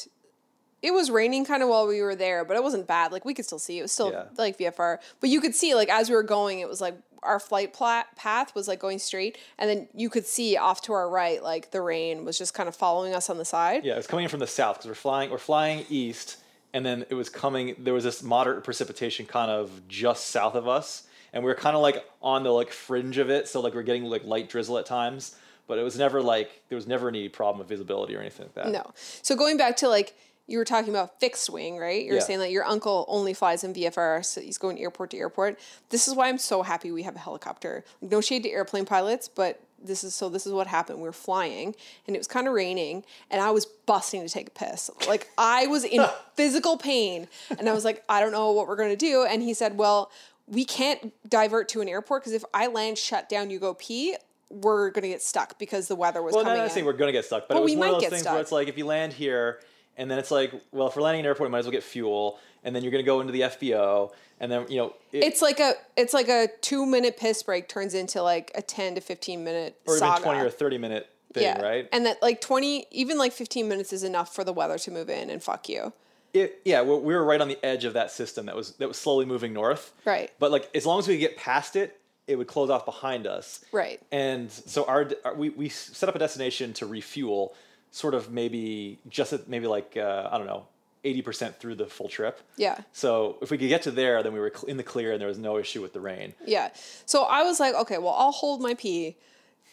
Speaker 1: it was raining kind of while we were there, but it wasn't bad. Like we could still see. It was still
Speaker 2: Yeah.
Speaker 1: like VFR, but you could see like as we were going, it was like our flight pla- path was like going straight, and then you could see off to our right like the rain was just kind of following us on the side.
Speaker 2: Yeah, it was coming in from the south because we're flying we're flying east, and then it was coming. There was this moderate precipitation kind of just south of us, and we were kind of like on the like fringe of it. So like we're getting like light drizzle at times, but it was never like there was never any problem of visibility or anything like that.
Speaker 1: No. So going back to like you were talking about fixed wing, right? You're
Speaker 2: Yeah.
Speaker 1: saying that your uncle only flies in VFR, so he's going airport to airport. This is why I'm so happy we have a helicopter. No shade to airplane pilots, but this is so this is what happened. We were flying and it was kind of raining and I was busting to take a piss. Like I was in physical pain and I was like, I don't know what we're gonna do. And he said, Well, we can't divert to an airport because if I land shut down, you go pee, we're gonna get stuck because the weather was
Speaker 2: Well,
Speaker 1: coming
Speaker 2: not
Speaker 1: in.
Speaker 2: saying we're gonna get stuck, but
Speaker 1: Well,
Speaker 2: it was
Speaker 1: we
Speaker 2: one
Speaker 1: might
Speaker 2: of those
Speaker 1: get
Speaker 2: things
Speaker 1: stuck.
Speaker 2: where it's like if you land here, and then it's like, well, if we're landing in an airport, we might as well get fuel, and then you're gonna go into the FBO, and then you know it,
Speaker 1: it's like a it's like a two minute piss break turns into like a ten to fifteen minute
Speaker 2: or even
Speaker 1: saga.
Speaker 2: twenty or thirty minute thing,
Speaker 1: yeah,
Speaker 2: right?
Speaker 1: And that like twenty, even like fifteen minutes is enough for the weather to move in and fuck you.
Speaker 2: it, yeah, we we were right on the edge of that system that was that was slowly moving north.
Speaker 1: Right.
Speaker 2: But like, as long as we could get past it, it would close off behind us.
Speaker 1: Right.
Speaker 2: And so our, our we we set up a destination to refuel, sort of maybe just at maybe like uh, I don't know. 80% through the full trip.
Speaker 1: Yeah.
Speaker 2: So if we could get to there, then we were cl- in the clear and there was no issue with the rain.
Speaker 1: Yeah. So I was like, okay, well I'll hold my pee,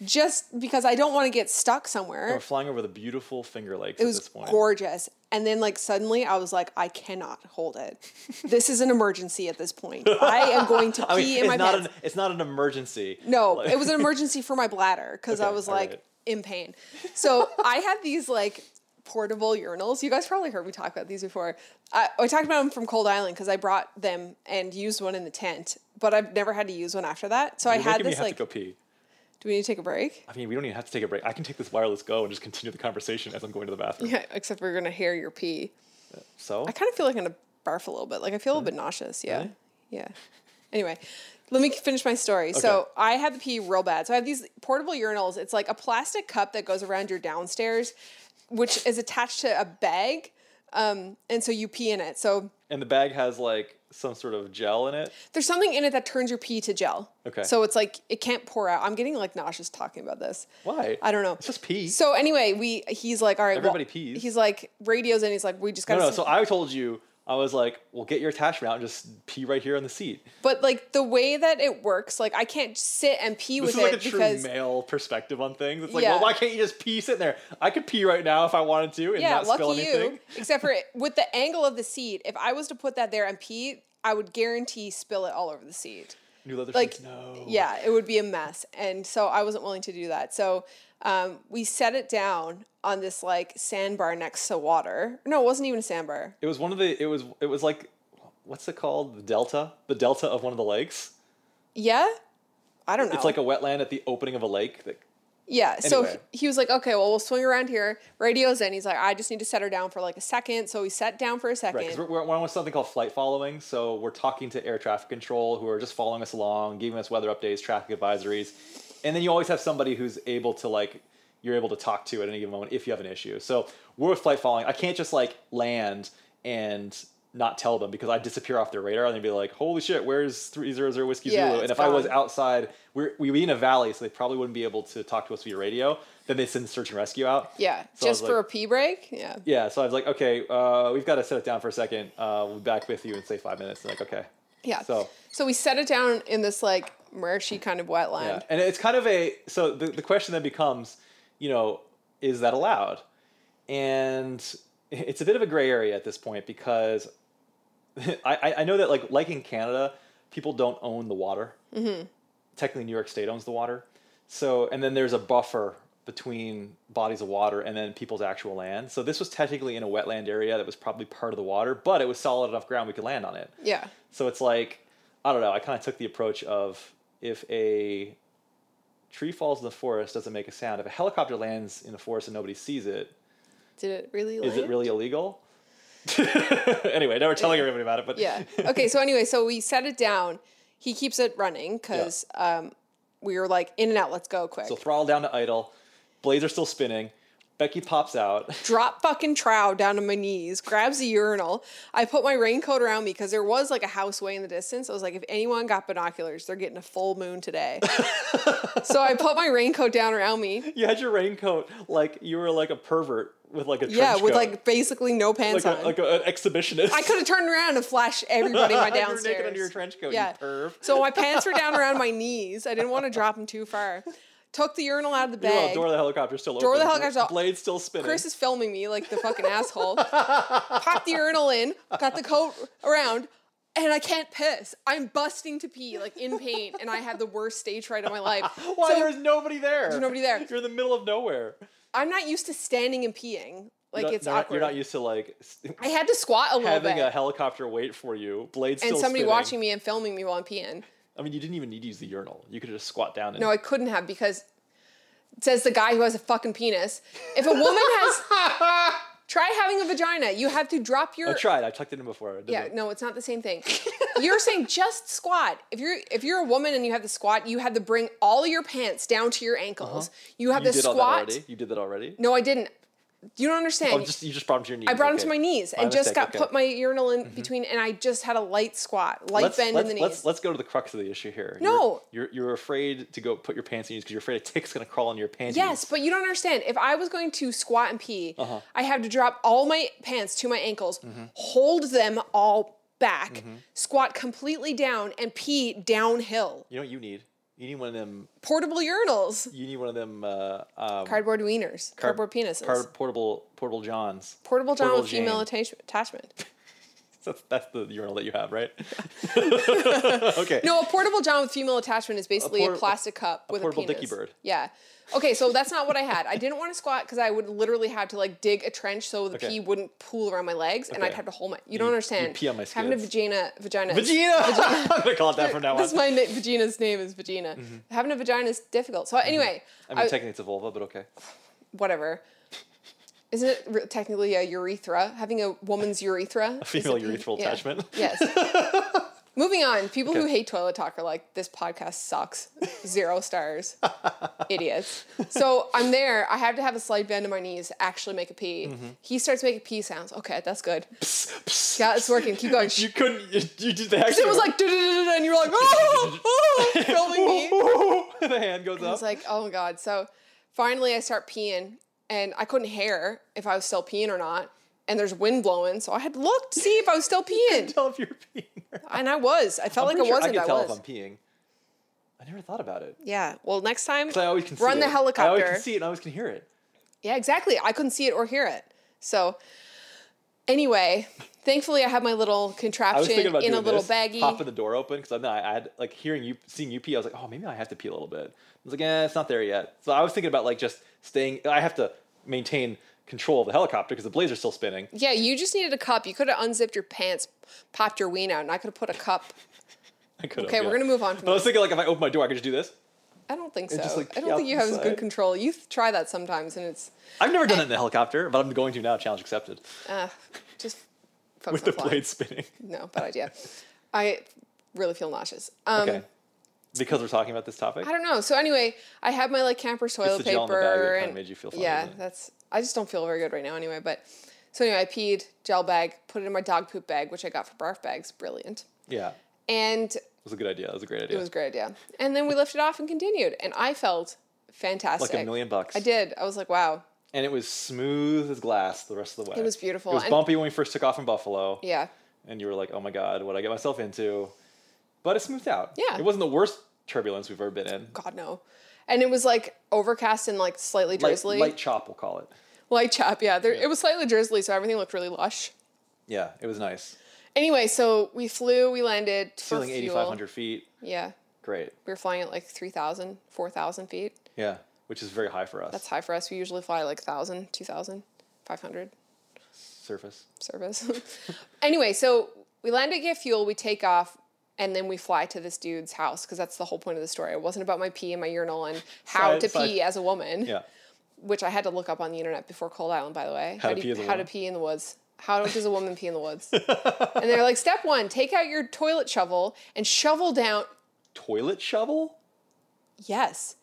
Speaker 1: just because I don't want to get stuck somewhere.
Speaker 2: We're flying over the beautiful Finger Lakes
Speaker 1: it
Speaker 2: at
Speaker 1: was
Speaker 2: Oh, this point.
Speaker 1: gorgeous. And then like suddenly I was like, I cannot hold it. this is an emergency at this point. I am going to pee
Speaker 2: I mean,
Speaker 1: in
Speaker 2: it's
Speaker 1: my
Speaker 2: not
Speaker 1: pants.
Speaker 2: an it's not an emergency.
Speaker 1: No,
Speaker 2: Like-
Speaker 1: it was an emergency for my bladder because I
Speaker 2: Okay,
Speaker 1: was
Speaker 2: all
Speaker 1: like
Speaker 2: right.
Speaker 1: in pain. So I had these like portable urinals. You guys probably heard me talk about these before. I, I talked about them from Cold Island because I brought them and used one in the tent, but I've never had to use one after that. So I
Speaker 2: You're
Speaker 1: had
Speaker 2: making me
Speaker 1: this
Speaker 2: have
Speaker 1: like.
Speaker 2: to go pee.
Speaker 1: Do we need to take a break?
Speaker 2: I mean, we don't even have to take a break. I can take this wireless go and just continue the conversation as I'm going to the bathroom.
Speaker 1: Yeah, except we're gonna hear your pee.
Speaker 2: So
Speaker 1: I kind of feel like I'm gonna barf a little bit. Like I feel a little bit nauseous. Yeah,
Speaker 2: Really?
Speaker 1: yeah. Anyway, let me finish my story. So I had the pee real bad. So I have these portable urinals. It's like a plastic cup that goes around your downstairs, which is attached to a bag, um, and so you pee in it. So
Speaker 2: and the bag has like some sort of gel in it.
Speaker 1: there's something in it that turns your pee to gel.
Speaker 2: Okay.
Speaker 1: So it's like it can't pour out. I'm getting like nauseous talking about this.
Speaker 2: Why?
Speaker 1: I don't know.
Speaker 2: It's just pee.
Speaker 1: So anyway, we he's like, all right, well-
Speaker 2: Everybody pees.
Speaker 1: He's like radios and he's like, we just
Speaker 2: no,
Speaker 1: gotta.
Speaker 2: no.
Speaker 1: see-
Speaker 2: So I told you, I was like, well, get your attachment out and just pee right here on the seat.
Speaker 1: But like the way that it works, like I can't sit and pee with
Speaker 2: This is like a
Speaker 1: it
Speaker 2: true
Speaker 1: because
Speaker 2: male perspective on things. It's like,
Speaker 1: Yeah.
Speaker 2: well, why can't you just pee sitting there? I could pee right now if I wanted to and
Speaker 1: yeah,
Speaker 2: not spill
Speaker 1: lucky
Speaker 2: anything.
Speaker 1: you. Except for it- with the angle of the seat, if I was to put that there and pee, I would guarantee spill it all over the seat.
Speaker 2: New leather
Speaker 1: Like
Speaker 2: seats, no.
Speaker 1: yeah, it would be a mess, and so I wasn't willing to do that. So um, we set it down on this like sandbar next to water. No, it wasn't even a sandbar.
Speaker 2: It was one of the. It was. It was like, what's it called? The delta. The delta of one of the lakes.
Speaker 1: Yeah, I don't know.
Speaker 2: It's like a wetland at the opening of a lake that
Speaker 1: Yeah. So
Speaker 2: Anyway.
Speaker 1: he, he was like, okay, well, we'll swing around here. Radio's in. He's like, I just need to set her down for like a second. So we sat down for a second.
Speaker 2: Right, because we're, we're on something called flight following. So we're talking to air traffic control who are just following us along, giving us weather updates, traffic advisories. and then you always have somebody who's able to like you're able to talk to at any given moment if you have an issue. So we're with flight following. I can't just like land and not tell them because I disappear off their radar and they'd be like, "Holy shit, where's three zero zero whiskey
Speaker 1: Yeah,
Speaker 2: Zulu?"
Speaker 1: it's
Speaker 2: And if I was
Speaker 1: gone.
Speaker 2: outside, we're we'd be in a valley, so they probably wouldn't be able to talk to us via radio. Then they send search and rescue out.
Speaker 1: Yeah.
Speaker 2: So I
Speaker 1: Just
Speaker 2: was
Speaker 1: for
Speaker 2: like-
Speaker 1: a pee break? Yeah.
Speaker 2: Yeah, so I was like, okay, uh, we've got to set it down for a second. Uh, we'll be back with you in say five minutes. They're like, okay,
Speaker 1: Yeah.
Speaker 2: So-
Speaker 1: we set it down in this like marshy kind of
Speaker 2: yeah.
Speaker 1: wetland.
Speaker 2: And it's kind of a so the, the question then becomes, you know, is that allowed? And it's a bit of a gray area at this point because I- I, I know that like like in Canada, people don't own the water. Mm-hmm. Technically, New York State owns the water. So and then there's a buffer between bodies of water and then people's actual land. So this was technically in a wetland area that was probably part of the water, but it was solid enough ground we could land on it.
Speaker 1: Yeah.
Speaker 2: So it's like, I don't know. I kind of took the approach of if a tree falls in the forest, doesn't make a sound. If a helicopter lands in the forest and nobody sees it,
Speaker 1: Did it really
Speaker 2: is it
Speaker 1: land?
Speaker 2: really illegal? anyway, now we're telling everybody about it, but
Speaker 1: Yeah. Okay. So anyway, so we set it down. He keeps it running because um, we were like in and out. Let's go quick.
Speaker 2: so throttle down to idle, blades are still spinning. Becky pops out.
Speaker 1: Drop fucking trow down to my knees. Grabs a urinal. I put my raincoat around me because there was like a house way in the distance. I was like, if anyone got binoculars, they're getting a full moon today. so I put my raincoat down around me.
Speaker 2: You had your raincoat like you were like a pervert with like a trench
Speaker 1: Yeah, with
Speaker 2: coat.
Speaker 1: like basically no pants
Speaker 2: like a,
Speaker 1: on.
Speaker 2: like a, an exhibitionist.
Speaker 1: I could have turned around and flashed everybody my
Speaker 2: You were
Speaker 1: downstairs.
Speaker 2: naked under your trench coat. Yeah. You perv.
Speaker 1: So my pants were down around my knees. I didn't want to drop them too far. Took the urinal out of the
Speaker 2: Meanwhile,
Speaker 1: bag.
Speaker 2: door of the helicopter still
Speaker 1: Door of the
Speaker 2: open.
Speaker 1: helicopter's o-
Speaker 2: blades still spinning.
Speaker 1: Chris is filming me like the fucking asshole. Popped the urinal in, got the coat around, and I can't piss. I'm busting to pee, like in pain, and I had the worst stage fright of my life.
Speaker 2: Why
Speaker 1: So
Speaker 2: there was nobody there? There's
Speaker 1: nobody there.
Speaker 2: You're in the middle of nowhere.
Speaker 1: I'm not used to standing and peeing. Like
Speaker 2: You're not-
Speaker 1: it's
Speaker 2: you're not-
Speaker 1: awkward.
Speaker 2: You're not used to like s-
Speaker 1: I had to squat a little
Speaker 2: having
Speaker 1: bit.
Speaker 2: a helicopter wait for you, blade still
Speaker 1: and somebody
Speaker 2: spinning.
Speaker 1: watching me and filming me while I'm peeing.
Speaker 2: I mean, you didn't even need to use the urinal. You could just squat down. And
Speaker 1: No, I couldn't have because it says the guy who has a fucking penis. If a woman has try having a vagina, you have to drop your
Speaker 2: I tried. I tucked it in before. It
Speaker 1: Yeah,
Speaker 2: didn't-
Speaker 1: no, it's not the same thing. you're saying just squat. If you're if you're a woman and you have the squat, you have to bring all your pants down to your ankles. You have
Speaker 2: Uh-huh. You
Speaker 1: to
Speaker 2: did all that
Speaker 1: squat.
Speaker 2: already. You did that already.
Speaker 1: No, I didn't. You don't understand.
Speaker 2: Oh, just you just brought him to your knees.
Speaker 1: I brought him to my knees and just got put
Speaker 2: my
Speaker 1: my urinal in between, and I just had a light squat, light
Speaker 2: Mm-hmm. let's,
Speaker 1: bend
Speaker 2: let's,
Speaker 1: in the
Speaker 2: let's
Speaker 1: knees.
Speaker 2: let's go to the crux of the issue here.
Speaker 1: No.
Speaker 2: you're you're, you're afraid to go put your pants in because you're afraid a tick's gonna crawl on your panties.
Speaker 1: Yes, but you don't understand. If I was going to squat and pee,
Speaker 2: Uh-huh.
Speaker 1: I have to drop all my pants to my ankles,
Speaker 2: Mm-hmm.
Speaker 1: hold them all back, squat completely down, and pee downhill.
Speaker 2: you know what you need. You need one of them.
Speaker 1: Portable urinals,
Speaker 2: You need one of them. Uh, um,
Speaker 1: cardboard wieners, cardboard penises,
Speaker 2: car- portable portable johns.
Speaker 1: portable John
Speaker 2: portable
Speaker 1: with female
Speaker 2: Jane.
Speaker 1: atta- attachment.
Speaker 2: That's, that's the urinal that you have, right? okay.
Speaker 1: No, a portable John with female attachment is basically a,
Speaker 2: porta-
Speaker 1: plastic cup with a
Speaker 2: portable
Speaker 1: penis.
Speaker 2: Dicky bird.
Speaker 1: Yeah. Okay, so that's not what I had. I didn't want to squat because I would literally have to like dig a trench so the
Speaker 2: Okay.
Speaker 1: pee wouldn't pool around my legs, and I'd
Speaker 2: Okay.
Speaker 1: have to hold my. You, don't
Speaker 2: you
Speaker 1: understand.
Speaker 2: pee on my
Speaker 1: Having a
Speaker 2: skids.
Speaker 1: vagina, vagina. is-
Speaker 2: Vagina. I'm gonna call it that from now on.
Speaker 1: That's my na- vagina's name is vagina. Having a vagina is difficult. So anyway,
Speaker 2: Mm-hmm. I mean,
Speaker 1: I-
Speaker 2: technically it's a vulva, but okay.
Speaker 1: whatever. Isn't it re- technically a urethra? Having a woman's urethra, is
Speaker 2: Female
Speaker 1: a pen-
Speaker 2: urethral
Speaker 1: yeah.
Speaker 2: attachment.
Speaker 1: Yes. Moving on, people who
Speaker 2: Okay.
Speaker 1: hate toilet talk are like, this podcast sucks. Zero stars. Idiots. So I'm there. I have to have a slight bend in my knees to actually make a pee. He starts making pee sounds. Okay, that's good.
Speaker 2: Mm-hmm. Psst, psst.
Speaker 1: Yeah, it's working. Keep going.
Speaker 2: You couldn't. You, you did the action.
Speaker 1: it was like, "Duh-duh-duh-duh-duh," and you were like, oh, oh, filming me.
Speaker 2: the hand goes
Speaker 1: I
Speaker 2: up.
Speaker 1: was like, oh my god. So finally, I start peeing, and I couldn't hear if I was still peeing or not. And there's wind blowing, so I had looked to see if I was still peeing,
Speaker 2: tell if you're peeing.
Speaker 1: and I was. I felt like I
Speaker 2: Pretty sure
Speaker 1: wasn't.
Speaker 2: I can
Speaker 1: I
Speaker 2: tell
Speaker 1: was.
Speaker 2: if I'm peeing. I never thought about it.
Speaker 1: Yeah. Well, next time,
Speaker 2: 'Cause I always can see
Speaker 1: Run the
Speaker 2: it. I always
Speaker 1: helicopter.
Speaker 2: can see it and I always can hear it.
Speaker 1: Yeah, exactly. I couldn't see it or hear it. So, anyway, thankfully, I had my little
Speaker 2: I was
Speaker 1: contraption
Speaker 2: thinking about
Speaker 1: in a
Speaker 2: doing
Speaker 1: little
Speaker 2: this,
Speaker 1: baggie.
Speaker 2: popping the door open because I, I had like hearing you, seeing you pee. I was like, oh, maybe I have to pee a little bit. I was like, eh, it's not there yet. So I was thinking about like just staying. I have to maintain control of the helicopter because the blades are still spinning.
Speaker 1: yeah, you just needed a cup. You could have unzipped your pants, popped your ween out, and I could have put a cup.
Speaker 2: I could.
Speaker 1: Okay, we're gonna move on from
Speaker 2: But I was thinking like if I open my door, I could just do this.
Speaker 1: I don't think so.
Speaker 2: just, like,
Speaker 1: I
Speaker 2: pee
Speaker 1: don't think
Speaker 2: out
Speaker 1: you
Speaker 2: the
Speaker 1: have as
Speaker 2: side.
Speaker 1: good control. You th- try that sometimes, and it's
Speaker 2: I've never done it in the helicopter, but I'm going to now. Challenge accepted.
Speaker 1: uh, just focus
Speaker 2: With
Speaker 1: on
Speaker 2: the
Speaker 1: flying.
Speaker 2: blades spinning.
Speaker 1: No, bad idea. I really feel nauseous. Um,
Speaker 2: Okay. because we're talking about this topic.
Speaker 1: I don't know. So anyway, I had my like camper's toilet
Speaker 2: It's the
Speaker 1: paper
Speaker 2: gel in the bag that kinda
Speaker 1: and
Speaker 2: made you feel funny,
Speaker 1: yeah,
Speaker 2: wasn't it?
Speaker 1: that's. I just don't feel very good right now anyway. But so anyway, I peed gel bag, put it in my dog poop bag, which I got for barf bags. Brilliant.
Speaker 2: Yeah, it
Speaker 1: And
Speaker 2: was a good idea. It was a great idea.
Speaker 1: it was a great idea. And then we lifted off and continued, and I felt fantastic.
Speaker 2: like a million bucks.
Speaker 1: I did. I was like, wow,
Speaker 2: and it was smooth as glass the rest of the way.
Speaker 1: It was beautiful,
Speaker 2: It was
Speaker 1: and-
Speaker 2: bumpy when we first took off in Buffalo,
Speaker 1: yeah.
Speaker 2: and you were like, "Oh my god, what I get myself into," but it smoothed out.
Speaker 1: Yeah.
Speaker 2: it wasn't the worst turbulence we've ever been in.
Speaker 1: God no. And it was like overcast and like slightly
Speaker 2: Light,
Speaker 1: drizzly.
Speaker 2: light chop, we'll call it.
Speaker 1: Light chop, yeah. There, It was slightly drizzly, so everything looked really lush.
Speaker 2: Yeah, it was nice.
Speaker 1: Anyway, so we flew, we landed. for
Speaker 2: Ceiling
Speaker 1: fuel.
Speaker 2: eighty five hundred feet,
Speaker 1: Yeah.
Speaker 2: great.
Speaker 1: We were flying at like 3,000, 4,000 feet.
Speaker 2: Yeah, which is very high for us.
Speaker 1: That's high for us. We usually fly like 1,000, 2,000, 500
Speaker 2: Surface.
Speaker 1: service. anyway, so we land at Get Fuel, we take off, and then we fly to this dude's house because that's the whole point of the story. It wasn't about my pee and my urinal and how
Speaker 2: Side-
Speaker 1: to
Speaker 2: side-
Speaker 1: pee as a woman.
Speaker 2: Yeah.
Speaker 1: which I had to look up on the internet before Cold Island, by the way.
Speaker 2: How to
Speaker 1: do
Speaker 2: pee
Speaker 1: you-
Speaker 2: in the
Speaker 1: how to
Speaker 2: woods.
Speaker 1: pee in the woods. How does a woman pee in the woods? and they're like, step one, take out your toilet shovel and shovel down.
Speaker 2: Toilet shovel?
Speaker 1: Yes.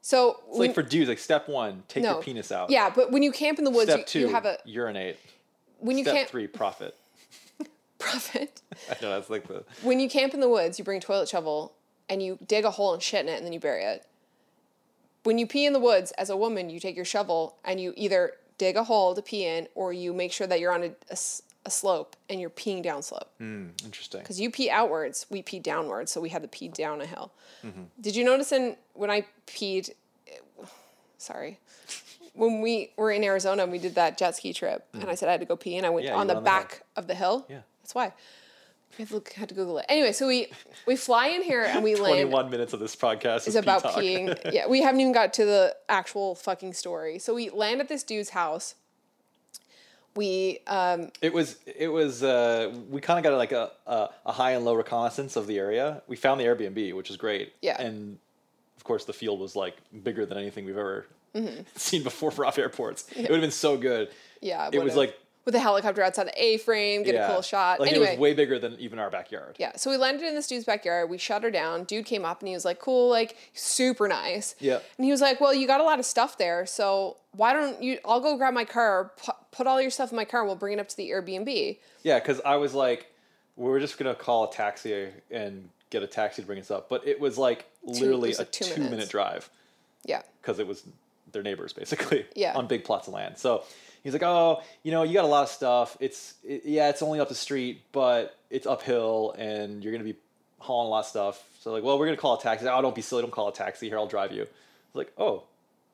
Speaker 1: So,
Speaker 2: It's like for dudes, like step one, take your penis out.
Speaker 1: Yeah, but when you camp in the woods,
Speaker 2: Step
Speaker 1: you,
Speaker 2: two,
Speaker 1: you have a
Speaker 2: urinate.
Speaker 1: when you
Speaker 2: step
Speaker 1: camp
Speaker 2: three, profit.
Speaker 1: profit.
Speaker 2: I know that's like the
Speaker 1: when you camp in the woods, you bring a toilet shovel and you dig a hole and shit in it, and then you bury it. When you pee in the woods, as a woman, you take your shovel and you either dig a hole to pee in, or you make sure that you're on a, a s- a slope and you're peeing down slope.
Speaker 2: interesting.
Speaker 1: because you pee outwards, we pee downwards, so we had to pee down a hill.
Speaker 2: Mm-hmm.
Speaker 1: Did you notice in when I peed? eh, Sorry, when we were in Arizona and we did that jet ski trip, and I said I had to go pee, and I went
Speaker 2: Mm. Yeah, you
Speaker 1: on the
Speaker 2: went on the hill.
Speaker 1: back of the hill.
Speaker 2: Yeah.
Speaker 1: that's why. We had to, look, had to Google it anyway. So we we fly in here and we land.
Speaker 2: 21 minutes of this podcast is,
Speaker 1: It's about
Speaker 2: pee talk.
Speaker 1: peeing. yeah, we haven't even got to the actual fucking story. So we land at this dude's house. We um,
Speaker 2: It was it was uh, we kind of got like a, a a high and low reconnaissance of the area. We found the Airbnb, which is great.
Speaker 1: Yeah.
Speaker 2: And of course, the field was like bigger than anything we've ever
Speaker 1: Mm-hmm.
Speaker 2: seen before for off airports. It would have been so good.
Speaker 1: yeah,
Speaker 2: It was
Speaker 1: would've-
Speaker 2: like
Speaker 1: with a helicopter outside the A frame, get
Speaker 2: yeah,
Speaker 1: a cool shot.
Speaker 2: Like
Speaker 1: anyway,
Speaker 2: it was way bigger than even our backyard.
Speaker 1: Yeah, so we landed in this dude's backyard. We shut her down. Dude came up and he was like, "Cool, like super nice."
Speaker 2: Yeah.
Speaker 1: And he was like, "Well, you got a lot of stuff there, so why don't you? I'll go grab my car, pu- put all your stuff in my car, and we'll bring it up to the Airbnb."
Speaker 2: Yeah, because I was like, we were just gonna call a taxi and get a taxi to bring us up, but it was like literally
Speaker 1: was,
Speaker 2: a
Speaker 1: like, two
Speaker 2: two minute
Speaker 1: minutes.
Speaker 2: drive.
Speaker 1: Yeah,
Speaker 2: because it was their neighbors basically
Speaker 1: Yeah.
Speaker 2: on big plots of land. So he's like, "Oh, you know, you got a lot of stuff. It's it, yeah, it's only up the street, but it's uphill, and you're gonna be hauling a lot of stuff." So like, "Well, we're gonna call a taxi." Oh, don't be silly. Don't call a taxi. Here, I'll drive you. I was like, "Oh,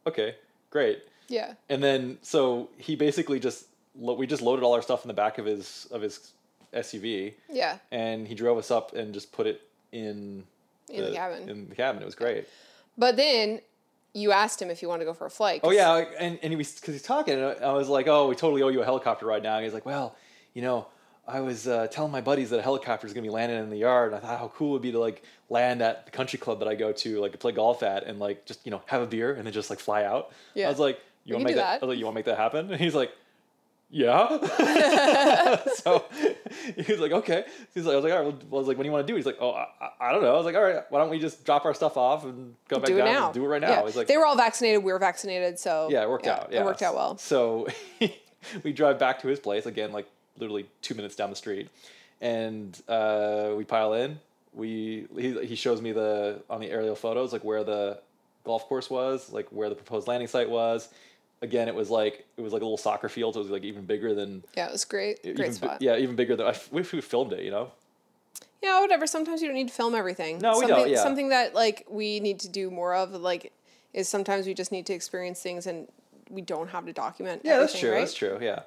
Speaker 2: okay, great."
Speaker 1: yeah,
Speaker 2: And then so he basically just lo- we just loaded all our stuff in the back of his of his SUV,
Speaker 1: yeah.
Speaker 2: and he drove us up and just put it in.
Speaker 1: In the cabin.
Speaker 2: In the cabin, it was great.
Speaker 1: But then you asked him if he wanted to go for a flight.
Speaker 2: Oh
Speaker 1: 'cause-
Speaker 2: yeah, like, and and he was because he's talking, and I I was like, oh, we totally owe you a helicopter ride now. And he's like, well, you know, I was uh, telling my buddies that a helicopter is gonna be landing in the yard, and I thought how cool it would be to like land at the country club that I go to, like play golf at, and like just you know have a beer and then just like fly out.
Speaker 1: Yeah.
Speaker 2: I was like, you
Speaker 1: We
Speaker 2: want
Speaker 1: can do
Speaker 2: to make that?
Speaker 1: that.
Speaker 2: I was like, you want to make that happen? And he's like. Yeah. so he was like, okay. He's like, I was like, all right. Well, I was like, when do you want to do? it? He's like, oh, I, I- I don't know. I was like, all right. Why don't we just drop our stuff off and go back
Speaker 1: do it
Speaker 2: down
Speaker 1: now.
Speaker 2: and do it right now?
Speaker 1: Yeah.
Speaker 2: He's like,
Speaker 1: they were all vaccinated. We were vaccinated, so
Speaker 2: yeah, it worked out. Yeah.
Speaker 1: it worked out well.
Speaker 2: So we drive back to his place again, like literally two minutes down the street, and uh, we pile in. We he, he shows me the on the aerial photos like where the golf course was, like where the proposed landing site was. Again, it was like it was like a little soccer field. So it was like even bigger than
Speaker 1: Yeah, it was great. Great
Speaker 2: even, bi-
Speaker 1: spot.
Speaker 2: Yeah, even bigger than I f- wish we filmed it. You know,
Speaker 1: Yeah, whatever. Sometimes you don't need to film everything.
Speaker 2: No, we
Speaker 1: something,
Speaker 2: don't, yeah.
Speaker 1: Something that like we need to do more of, like, is sometimes we just need to experience things and we don't have to document.
Speaker 2: Yeah, that's
Speaker 1: everything,
Speaker 2: true.
Speaker 1: Right?
Speaker 2: That's true. Yeah.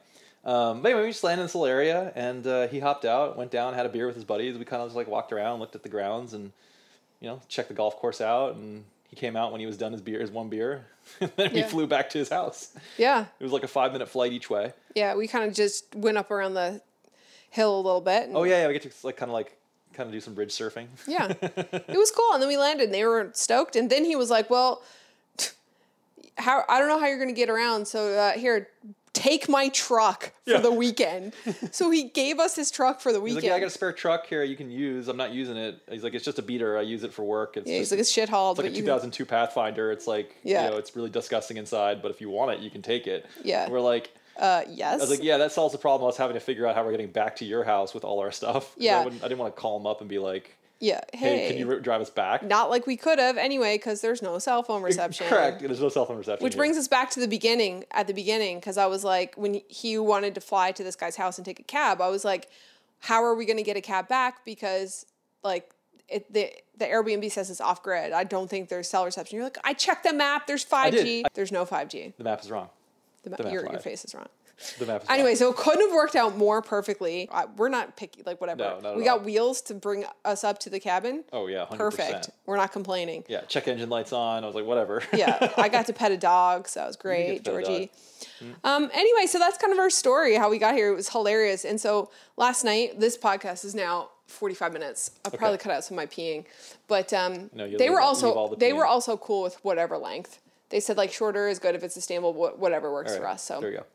Speaker 2: Um, but anyway, we just landed in this little area, and uh, he hopped out, went down, had a beer with his buddies. We kind of just like walked around, looked at the grounds, and you know, checked the golf course out. And he came out when he was done his beer, his one beer, and then we
Speaker 1: Yeah.
Speaker 2: flew back to his house.
Speaker 1: Yeah,
Speaker 2: It was like a five minute flight each way.
Speaker 1: yeah. We kind of just went up around the hill a little bit. And
Speaker 2: Oh yeah, yeah. We get to like kind of like kind of do some bridge surfing.
Speaker 1: yeah, it was cool. And then we landed, and they were stoked. And then he was like, "Well, how I don't know how you're gonna get around. So uh, here, take my truck for
Speaker 2: Yeah.
Speaker 1: the weekend. so he gave us his truck for the
Speaker 2: He's
Speaker 1: weekend.
Speaker 2: like, yeah, I got a spare truck here you can use. I'm not using it. He's like, it's just a beater. I use it for work. It's
Speaker 1: Yeah, he's
Speaker 2: just-
Speaker 1: like, it's shit hauled.
Speaker 2: it's like a
Speaker 1: but you can-
Speaker 2: 2002 Pathfinder. It's like,
Speaker 1: Yeah.
Speaker 2: you know, it's really disgusting inside, but if you want it, you can take it.
Speaker 1: Yeah.
Speaker 2: We're like,
Speaker 1: uh, yes.
Speaker 2: I was like, yeah, that solves the problem. I was having to figure out how we're getting back to your house with all our stuff. 'Cause
Speaker 1: Yeah.
Speaker 2: I, wouldn't- I didn't want to call him up and be like,
Speaker 1: yeah.
Speaker 2: hey,
Speaker 1: Hey,
Speaker 2: can you r- drive us back?
Speaker 1: not like we could have anyway, because there's no cell phone reception.
Speaker 2: Correct. There's no cell phone reception.
Speaker 1: Which
Speaker 2: here.
Speaker 1: brings us back to the beginning, at the beginning, because I was like, when he wanted to fly to this guy's house and take a cab, I was like, how are we going to get a cab back? Because, like, it, the, the Airbnb says it's off grid. I don't think there's cell reception. You're like, I checked the map. There's 5G. there's no 5G.
Speaker 2: the map is wrong.
Speaker 1: The, ma-
Speaker 2: map
Speaker 1: your, your
Speaker 2: lied.
Speaker 1: face is wrong.
Speaker 2: The map is
Speaker 1: Anyway, so it couldn't have worked out more perfectly. I, we're not picky, like, whatever.
Speaker 2: No, not at
Speaker 1: we
Speaker 2: all.
Speaker 1: got wheels to bring us up to the cabin.
Speaker 2: wrong. Oh, yeah. 100%.
Speaker 1: Perfect. We're not complaining.
Speaker 2: Yeah. Check engine lights on. I was like, whatever.
Speaker 1: yeah, I got to pet a dog, so that was great,
Speaker 2: get to pet a Mm.
Speaker 1: Georgie. Um, anyway, so that's kind of our story, how we got here. It was hilarious. And so last night, this podcast is now 45 minutes. I'll probably cut out some of my peeing, but um,
Speaker 2: No, you'll
Speaker 1: they were
Speaker 2: leave-
Speaker 1: also
Speaker 2: leave all the
Speaker 1: they were
Speaker 2: peeing.
Speaker 1: also cool with whatever length. They said like shorter is good if it's sustainable, wh- whatever works
Speaker 2: All right,
Speaker 1: for us. So
Speaker 2: there we go.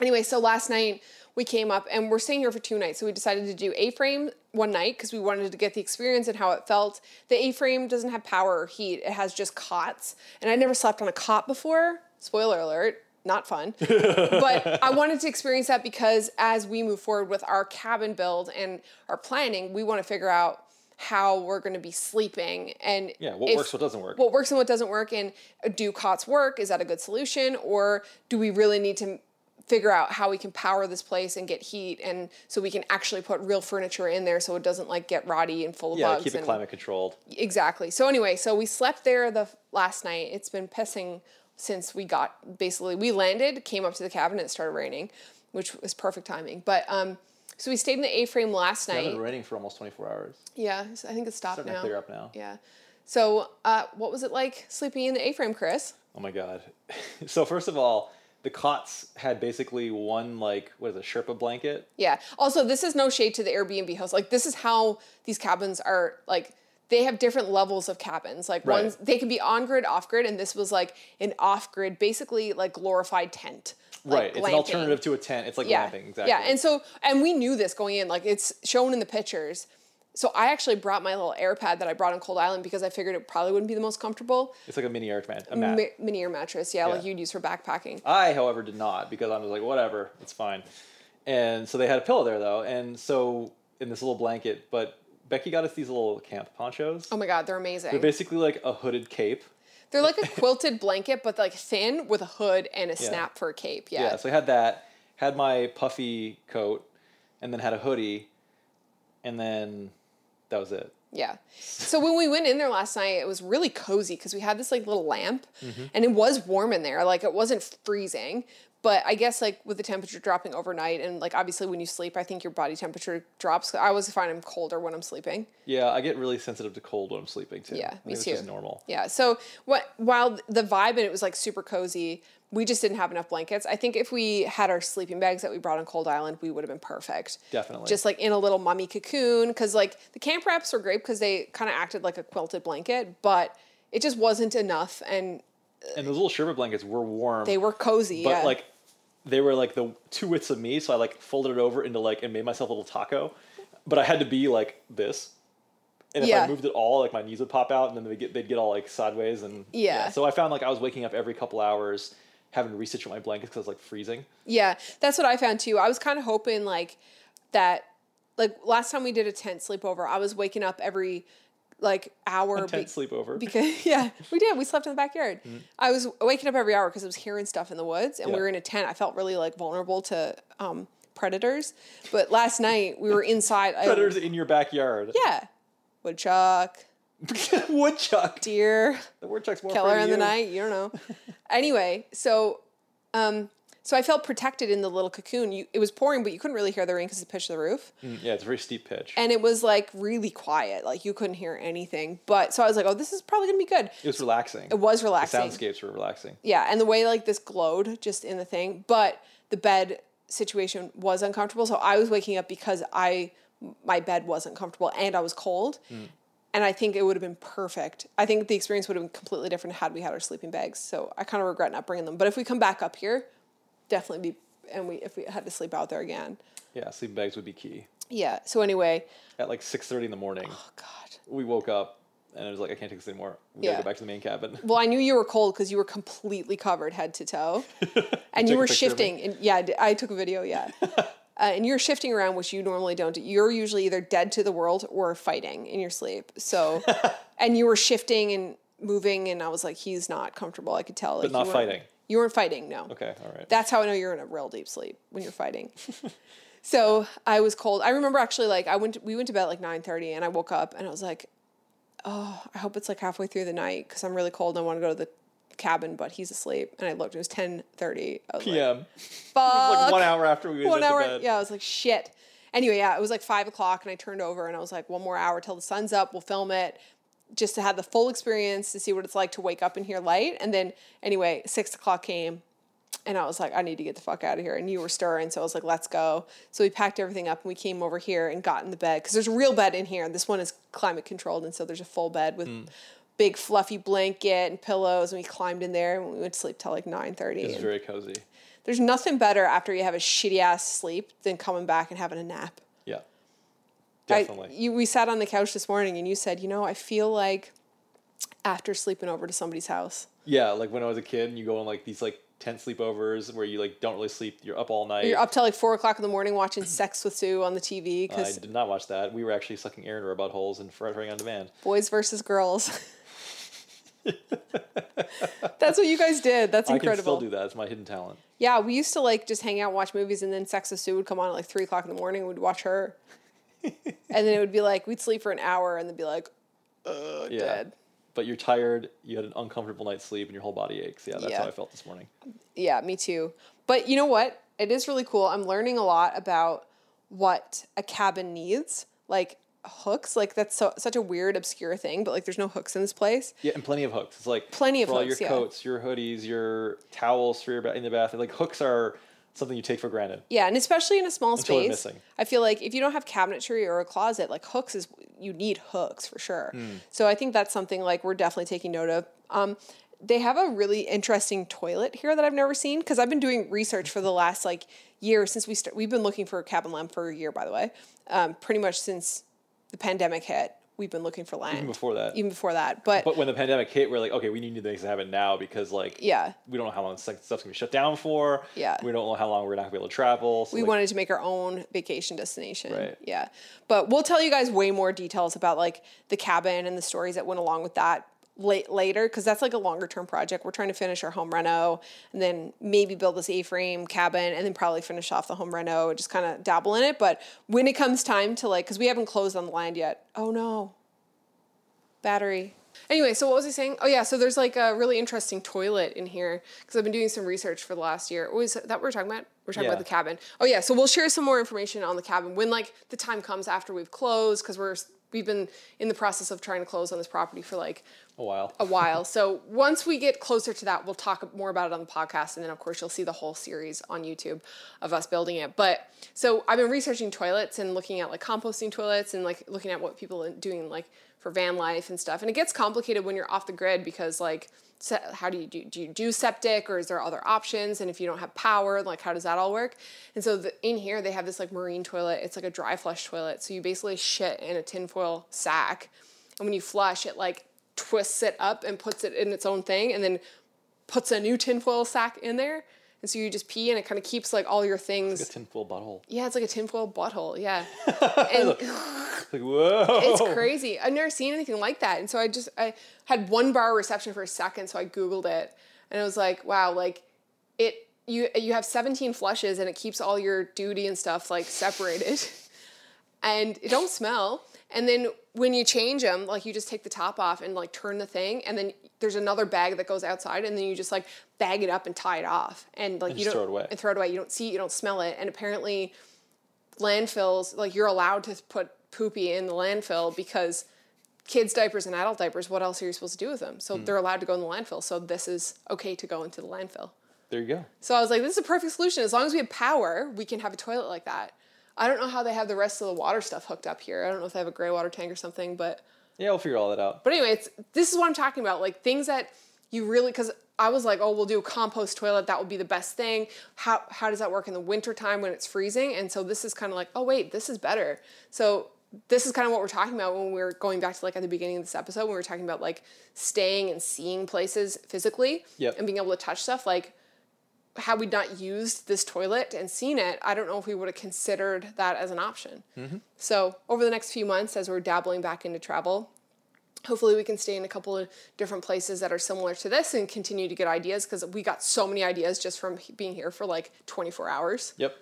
Speaker 1: anyway, so last night we came up and we're staying here for two nights. So we decided to do A frame one night because we wanted to get the experience and how it felt. The A frame doesn't have power or heat, it has just cots. And I never slept on a cot before. Spoiler alert, not fun. but I wanted to experience that because as we move forward with our cabin build and our planning, we want to figure out how we're going to be sleeping and
Speaker 2: Yeah, what
Speaker 1: if-
Speaker 2: works, what doesn't work.
Speaker 1: what works and what doesn't work and do cots work is that a good solution or do we really need to figure out how we can power this place and get heat and so we can actually put real furniture in there so it doesn't like get rotty and full of
Speaker 2: yeah,
Speaker 1: bugs
Speaker 2: keep it
Speaker 1: and
Speaker 2: climate controlled.
Speaker 1: exactly so anyway so we slept there the f- last night it's been pissing since we got basically we landed came up to the cabin and it started raining which was perfect timing but um so we stayed in the a-frame last
Speaker 2: It's
Speaker 1: night
Speaker 2: been raining for almost 24 hours.
Speaker 1: yeah i think it stopped
Speaker 2: Starting to
Speaker 1: now
Speaker 2: clear up now.
Speaker 1: yeah so uh, what was it like sleeping in the a-frame chris
Speaker 2: Oh my god. so first of all, the cots had basically one like what is it, Sherpa blanket?
Speaker 1: Yeah. Also, this is no shade to the Airbnb host. Like, this is how these cabins are like. They have different levels of cabins. Like
Speaker 2: Right.
Speaker 1: ones they can be on grid, off grid, and this was like an off grid, basically like glorified tent. like,
Speaker 2: right. It's an
Speaker 1: glamping.
Speaker 2: alternative to a tent. It's like
Speaker 1: Yeah.
Speaker 2: glamping, exactly.
Speaker 1: Yeah. And so, and we knew this going in. Like it's shown in the pictures. So I actually brought my little air pad that I brought on Cold Island because I figured it probably wouldn't be the most comfortable
Speaker 2: it's like a mini air mat. A mat.
Speaker 1: mi- mini air mattress. Yeah, like
Speaker 2: Yeah.
Speaker 1: you'd use for backpacking.
Speaker 2: I, however, did not because I was like, whatever, it's fine. And so they had a pillow there though, and so in this little blanket, but Becky got us these little camp ponchos.
Speaker 1: Oh my god, they're amazing.
Speaker 2: They're basically like a hooded cape.
Speaker 1: They're like a quilted blanket, but like thin with a hood and a snap for a cape. Yeah.
Speaker 2: Yeah, so I had that, had my puffy coat, and then had a hoodie, and then that was it.
Speaker 1: Yeah. So when we went in there last night, it was really cozy because we had this like little lamp and it was warm in there. Like it wasn't freezing. But I guess like with the temperature dropping overnight and like obviously when you sleep, I think your body temperature drops. I always find I'm colder when I'm sleeping.
Speaker 2: Yeah, I get really sensitive to cold when I'm sleeping too.
Speaker 1: Yeah,
Speaker 2: I think
Speaker 1: me
Speaker 2: it's
Speaker 1: too.
Speaker 2: just normal.
Speaker 1: Yeah. So what while the vibe and it was like super cozy, we just didn't have enough blankets. I think if we had our sleeping bags that we brought on Cold Island, we would have been perfect.
Speaker 2: Definitely.
Speaker 1: Just like in a little mummy cocoon cuz like the camp wraps were great because they kind of acted like a quilted blanket, but it just wasn't enough and
Speaker 2: and those little Sherpa blankets were warm.
Speaker 1: they were cozy.
Speaker 2: but
Speaker 1: yeah.
Speaker 2: like they were like the two widths of me, so I like folded it over into like and made myself a little taco. But I had to be like this. And if
Speaker 1: Yeah.
Speaker 2: I moved it all, like my knees would pop out and then they'd get, they'd get all like sideways and
Speaker 1: Yeah.
Speaker 2: So I found like I was waking up every couple hours having to resituate my blankets because I was like freezing.
Speaker 1: Yeah, that's what I found too. I was kind of hoping like that. Like last time we did a tent sleepover, I was waking up every like hour.
Speaker 2: Tent
Speaker 1: be-
Speaker 2: sleepover.
Speaker 1: because yeah, we did. We slept in the backyard. I was waking up every hour because I was hearing stuff in the woods, and we
Speaker 2: Mm-hmm. Yeah.
Speaker 1: were in a tent. I felt really like vulnerable to um, predators. But last night we were inside. I-
Speaker 2: Predators in your backyard.
Speaker 1: yeah, woodchuck,
Speaker 2: Yeah. Woodchuck.
Speaker 1: deer.
Speaker 2: The woodchuck's more
Speaker 1: Keller
Speaker 2: afraid of
Speaker 1: in the
Speaker 2: you.
Speaker 1: night. You don't know. anyway, so um, so I felt protected in the little cocoon. You, it was pouring, but you couldn't really hear the rain because it pitched the roof,
Speaker 2: Mm, Yeah, it's a very steep pitch.
Speaker 1: and it was like really quiet. Like you couldn't hear anything. But so I was like, oh, this is probably gonna be good.
Speaker 2: it was relaxing.
Speaker 1: It was
Speaker 2: the
Speaker 1: relaxing.
Speaker 2: soundscapes were relaxing.
Speaker 1: Yeah, and the way like this glowed just in the thing, but the bed situation was uncomfortable. So I was waking up because I my bed wasn't comfortable and I was cold. And I think it would have been perfect. I think the experience would have been completely different had we had our sleeping bags. So I kind of regret not bringing them. But if we come back up here, definitely be and we if we had to sleep out there again.
Speaker 2: Yeah, sleeping bags would be key.
Speaker 1: Yeah. So anyway,
Speaker 2: At like six thirty in the morning,
Speaker 1: oh god.
Speaker 2: we woke up and it was like, I can't take this anymore. We
Speaker 1: Yeah.
Speaker 2: gotta go back to the main cabin.
Speaker 1: Well, I knew you were cold because you were completely covered head to toe, and you
Speaker 2: Took a
Speaker 1: were
Speaker 2: picture of me.
Speaker 1: shifting. And yeah, I d- I took a video. Yeah, uh, and you're shifting around, which you normally don't. do. You're usually either dead to the world or fighting in your sleep. So, and you were shifting and moving, and I was like, he's not comfortable. I could tell. Like, you
Speaker 2: not
Speaker 1: weren't-
Speaker 2: fighting.
Speaker 1: You weren't fighting. No.
Speaker 2: Okay, all right.
Speaker 1: That's how I know you're in a real deep sleep when you're fighting. so I was cold. I remember actually like I went we went to bed at like nine thirty and I woke up and I was like, oh, I hope it's like halfway through the night because I'm really cold and I want to go to the cabin, but he's asleep. And I looked, it was ten thirty. I was like,
Speaker 2: PM.
Speaker 1: fuck.
Speaker 2: Like one hour after we
Speaker 1: One
Speaker 2: went
Speaker 1: hour.
Speaker 2: to bed.
Speaker 1: Yeah, I was like, shit. Anyway, yeah, it was like five o'clock and I turned over and I was like, one more hour till the sun's up. We'll film it just to have the full experience to see what it's like to wake up and hear light. And then, anyway, six o'clock came and I was like, I need to get the fuck out of here. And you were stirring. So I was like, let's go. So we packed everything up and we came over here and got in the bed because there's a real bed in here. And this one is climate controlled. And so there's a full bed with. Big fluffy blanket and pillows, and we climbed in there and we went to sleep till like nine thirty.
Speaker 2: It was very cozy.
Speaker 1: There's nothing better after you have a shitty ass sleep than coming back and having a nap.
Speaker 2: Yeah.
Speaker 1: I-
Speaker 2: Definitely.
Speaker 1: you, we sat on the couch this morning and you said, you know, I feel like after sleeping over to somebody's house.
Speaker 2: yeah, like when I was a kid and you go on like these like tent sleepovers where you like don't really sleep, you're up all night.
Speaker 1: You're up till like four o'clock in the morning watching Sex with Sue on the TV
Speaker 2: I
Speaker 1: because
Speaker 2: did not watch that. We were actually sucking air into our buttholes and fluttering on demand.
Speaker 1: boys versus girls. That's what you guys did. That's
Speaker 2: I can
Speaker 1: incredible.
Speaker 2: still do that. It's my hidden talent.
Speaker 1: Yeah, we used to like just hang out, watch movies, and then Sex with Sue would come on at like three o'clock in the morning and we'd watch her. and then it would be like, we'd sleep for an hour and then be like, uh,
Speaker 2: Yeah.
Speaker 1: dead.
Speaker 2: But you're tired, you had an uncomfortable night's sleep, and your whole body aches. Yeah, that's
Speaker 1: Yeah.
Speaker 2: how I felt this morning.
Speaker 1: Yeah, me too. But you know what? It is really cool. I'm learning a lot about what a cabin needs, like hooks. Like that's so, such a weird, obscure thing, but like there's no hooks in this place.
Speaker 2: Yeah, and plenty of hooks. It's like
Speaker 1: Plenty of
Speaker 2: for all
Speaker 1: hooks,
Speaker 2: your
Speaker 1: yeah.
Speaker 2: coats, your hoodies, your towels for your ba- in the bath. Like hooks are something you take for granted.
Speaker 1: Yeah, and especially in a small
Speaker 2: Until they're
Speaker 1: space,
Speaker 2: missing.
Speaker 1: I feel like if you don't have cabinetry or a closet, like hooks is you need hooks for sure.
Speaker 2: Hmm.
Speaker 1: So I think that's something like we're definitely taking note of. Um, they have a really interesting toilet here that I've never seen because I've been doing research for the last like year since we start. We've been looking for a cabin lamp for a year, by the way. Um, pretty much since the pandemic hit, we've been looking for land. Even
Speaker 2: before that.
Speaker 1: Even before that, but,
Speaker 2: But when the pandemic hit, we're like, okay, we need to things to happen now because like
Speaker 1: yeah,
Speaker 2: we don't know how long stuff- stuff's gonna be shut down for.
Speaker 1: Yeah.
Speaker 2: We don't know how long we're not gonna be able to travel. So
Speaker 1: we
Speaker 2: like,
Speaker 1: wanted to make our own vacation destination.
Speaker 2: Right.
Speaker 1: Yeah. But we'll tell you guys way more details about like the cabin and the stories that went along with that late later because that's like a longer term project. We're trying to finish our home reno and then maybe build this A frame cabin and then probably finish off the home reno and just kind of dabble in it. But when it comes time to like, because we haven't closed on the land yet. Oh no, battery. Anyway, so what was I saying? Oh yeah, so there's like a really interesting toilet in here because I've been doing some research for the last year. Was that what we're talking about? We're talking about
Speaker 2: Yeah.
Speaker 1: the cabin. Oh yeah, so we'll share some more information on the cabin when like the time comes after we've closed because we're we've been in the process of trying to close on this property for like
Speaker 2: a while.
Speaker 1: a while. So once we get closer to that, we'll talk more about it on the podcast, and then of course you'll see the whole series on YouTube of us building it. But so I've been researching toilets and looking at like composting toilets and like looking at what people are doing like for van life and stuff. And it gets complicated when you're off the grid because like se- how do you do do you do septic or is there other options? And if you don't have power, like how does that all work? And so the, in here they have this like marine toilet. It's like a dry flush toilet. So you basically shit in a tinfoil sack. And when you flush, it like twists it up and puts it in its own thing and then puts a new tinfoil sack in there. And so you just pee and it kind of keeps like all your
Speaker 2: A
Speaker 1: things.
Speaker 2: tinfoil butthole.
Speaker 1: Yeah, it's like a tinfoil butthole. Yeah. And
Speaker 2: It's like, whoa.
Speaker 1: it's crazy. I've never seen anything like that. And so I just, I had one bar reception for a second. So I Googled it and I was like, wow, like it, you, you have 17 flushes and it keeps all your duty and stuff like separated. and it don't smell. And then when you change them, like you just take the top off and like turn the thing, and then there's another bag that goes outside, and then you just like bag it up and tie it off, and like you
Speaker 2: just
Speaker 1: don't
Speaker 2: throw it away.
Speaker 1: and throw it away. You don't see, it, you don't smell it, and apparently landfills like you're allowed to put poopy in the landfill because kids diapers and adult diapers what else are you supposed to do with them so
Speaker 2: Hmm.
Speaker 1: they're allowed to go in the landfill so this is okay to go into the landfill
Speaker 2: There you go.
Speaker 1: so I was like, this is a perfect solution. As long as we have power, we can have a toilet like that. I don't know how they have the rest of the water stuff hooked up here. I don't know if they have a gray water tank or something, but
Speaker 2: Yeah, we'll figure all that out.
Speaker 1: but anyway, it's this is what I'm talking about. Like things that you really because I was like, oh, we'll do a compost toilet. That would be the best thing. How how does that work in the wintertime when it's freezing? And so this is kind of like, oh wait, this is better. So this is kind of what we're talking about when we we're going back to like at the beginning of this episode when we were talking about like staying and seeing places physically
Speaker 2: Yep.
Speaker 1: and being able to touch stuff. Like, had we not used this toilet and seen it, I don't know if we would have considered that as an option. So over the next few months, as we're dabbling back into travel, hopefully we can stay in a couple of different places that are similar to this and continue to get ideas because we got so many ideas just from he- being here for like 24 hours
Speaker 2: Yep.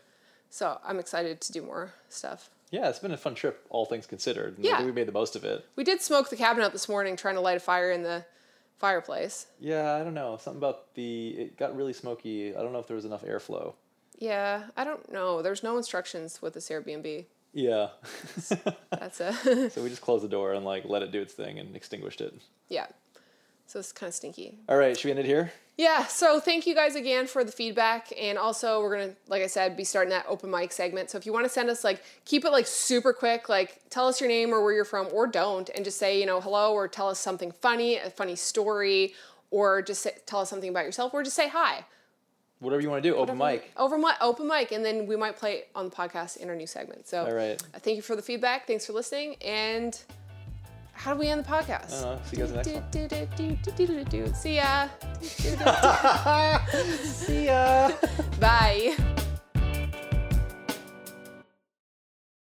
Speaker 1: so i'm excited to do more stuff
Speaker 2: Yeah, it's been a fun trip, all things considered. And I
Speaker 1: Yeah.
Speaker 2: think we made the most of it.
Speaker 1: we did smoke the cabin out this morning trying to light a fire in the fireplace
Speaker 2: Yeah, I don't know. Something about the it got really smoky. I don't know if there was enough airflow.
Speaker 1: yeah i don't know there's no instructions with this airbnb
Speaker 2: Yeah.
Speaker 1: that's a
Speaker 2: so we just closed the door and like let it do its thing and extinguished it.
Speaker 1: yeah so it's kind of stinky
Speaker 2: All right, should we end it here?
Speaker 1: Yeah, so thank you guys again for the feedback. And also, we're going to, like I said, be starting that open mic segment. So if you want to send us, like, keep it like super quick, like, tell us your name or where you're from, or don't, and just say, you know, hello, or tell us something funny, a funny story, or just say, tell us something about yourself, or just say hi.
Speaker 2: Whatever you want to do, open mic.
Speaker 1: Over mi- open mic, and then we might play it on the podcast in our new segment. So
Speaker 2: All right.
Speaker 1: uh, thank you for the feedback. Thanks for listening. And how do we end the podcast?
Speaker 2: I don't know. Uh, See you guys next
Speaker 1: Do, do, do, do, do, do, do, do. See ya.
Speaker 2: one. See ya.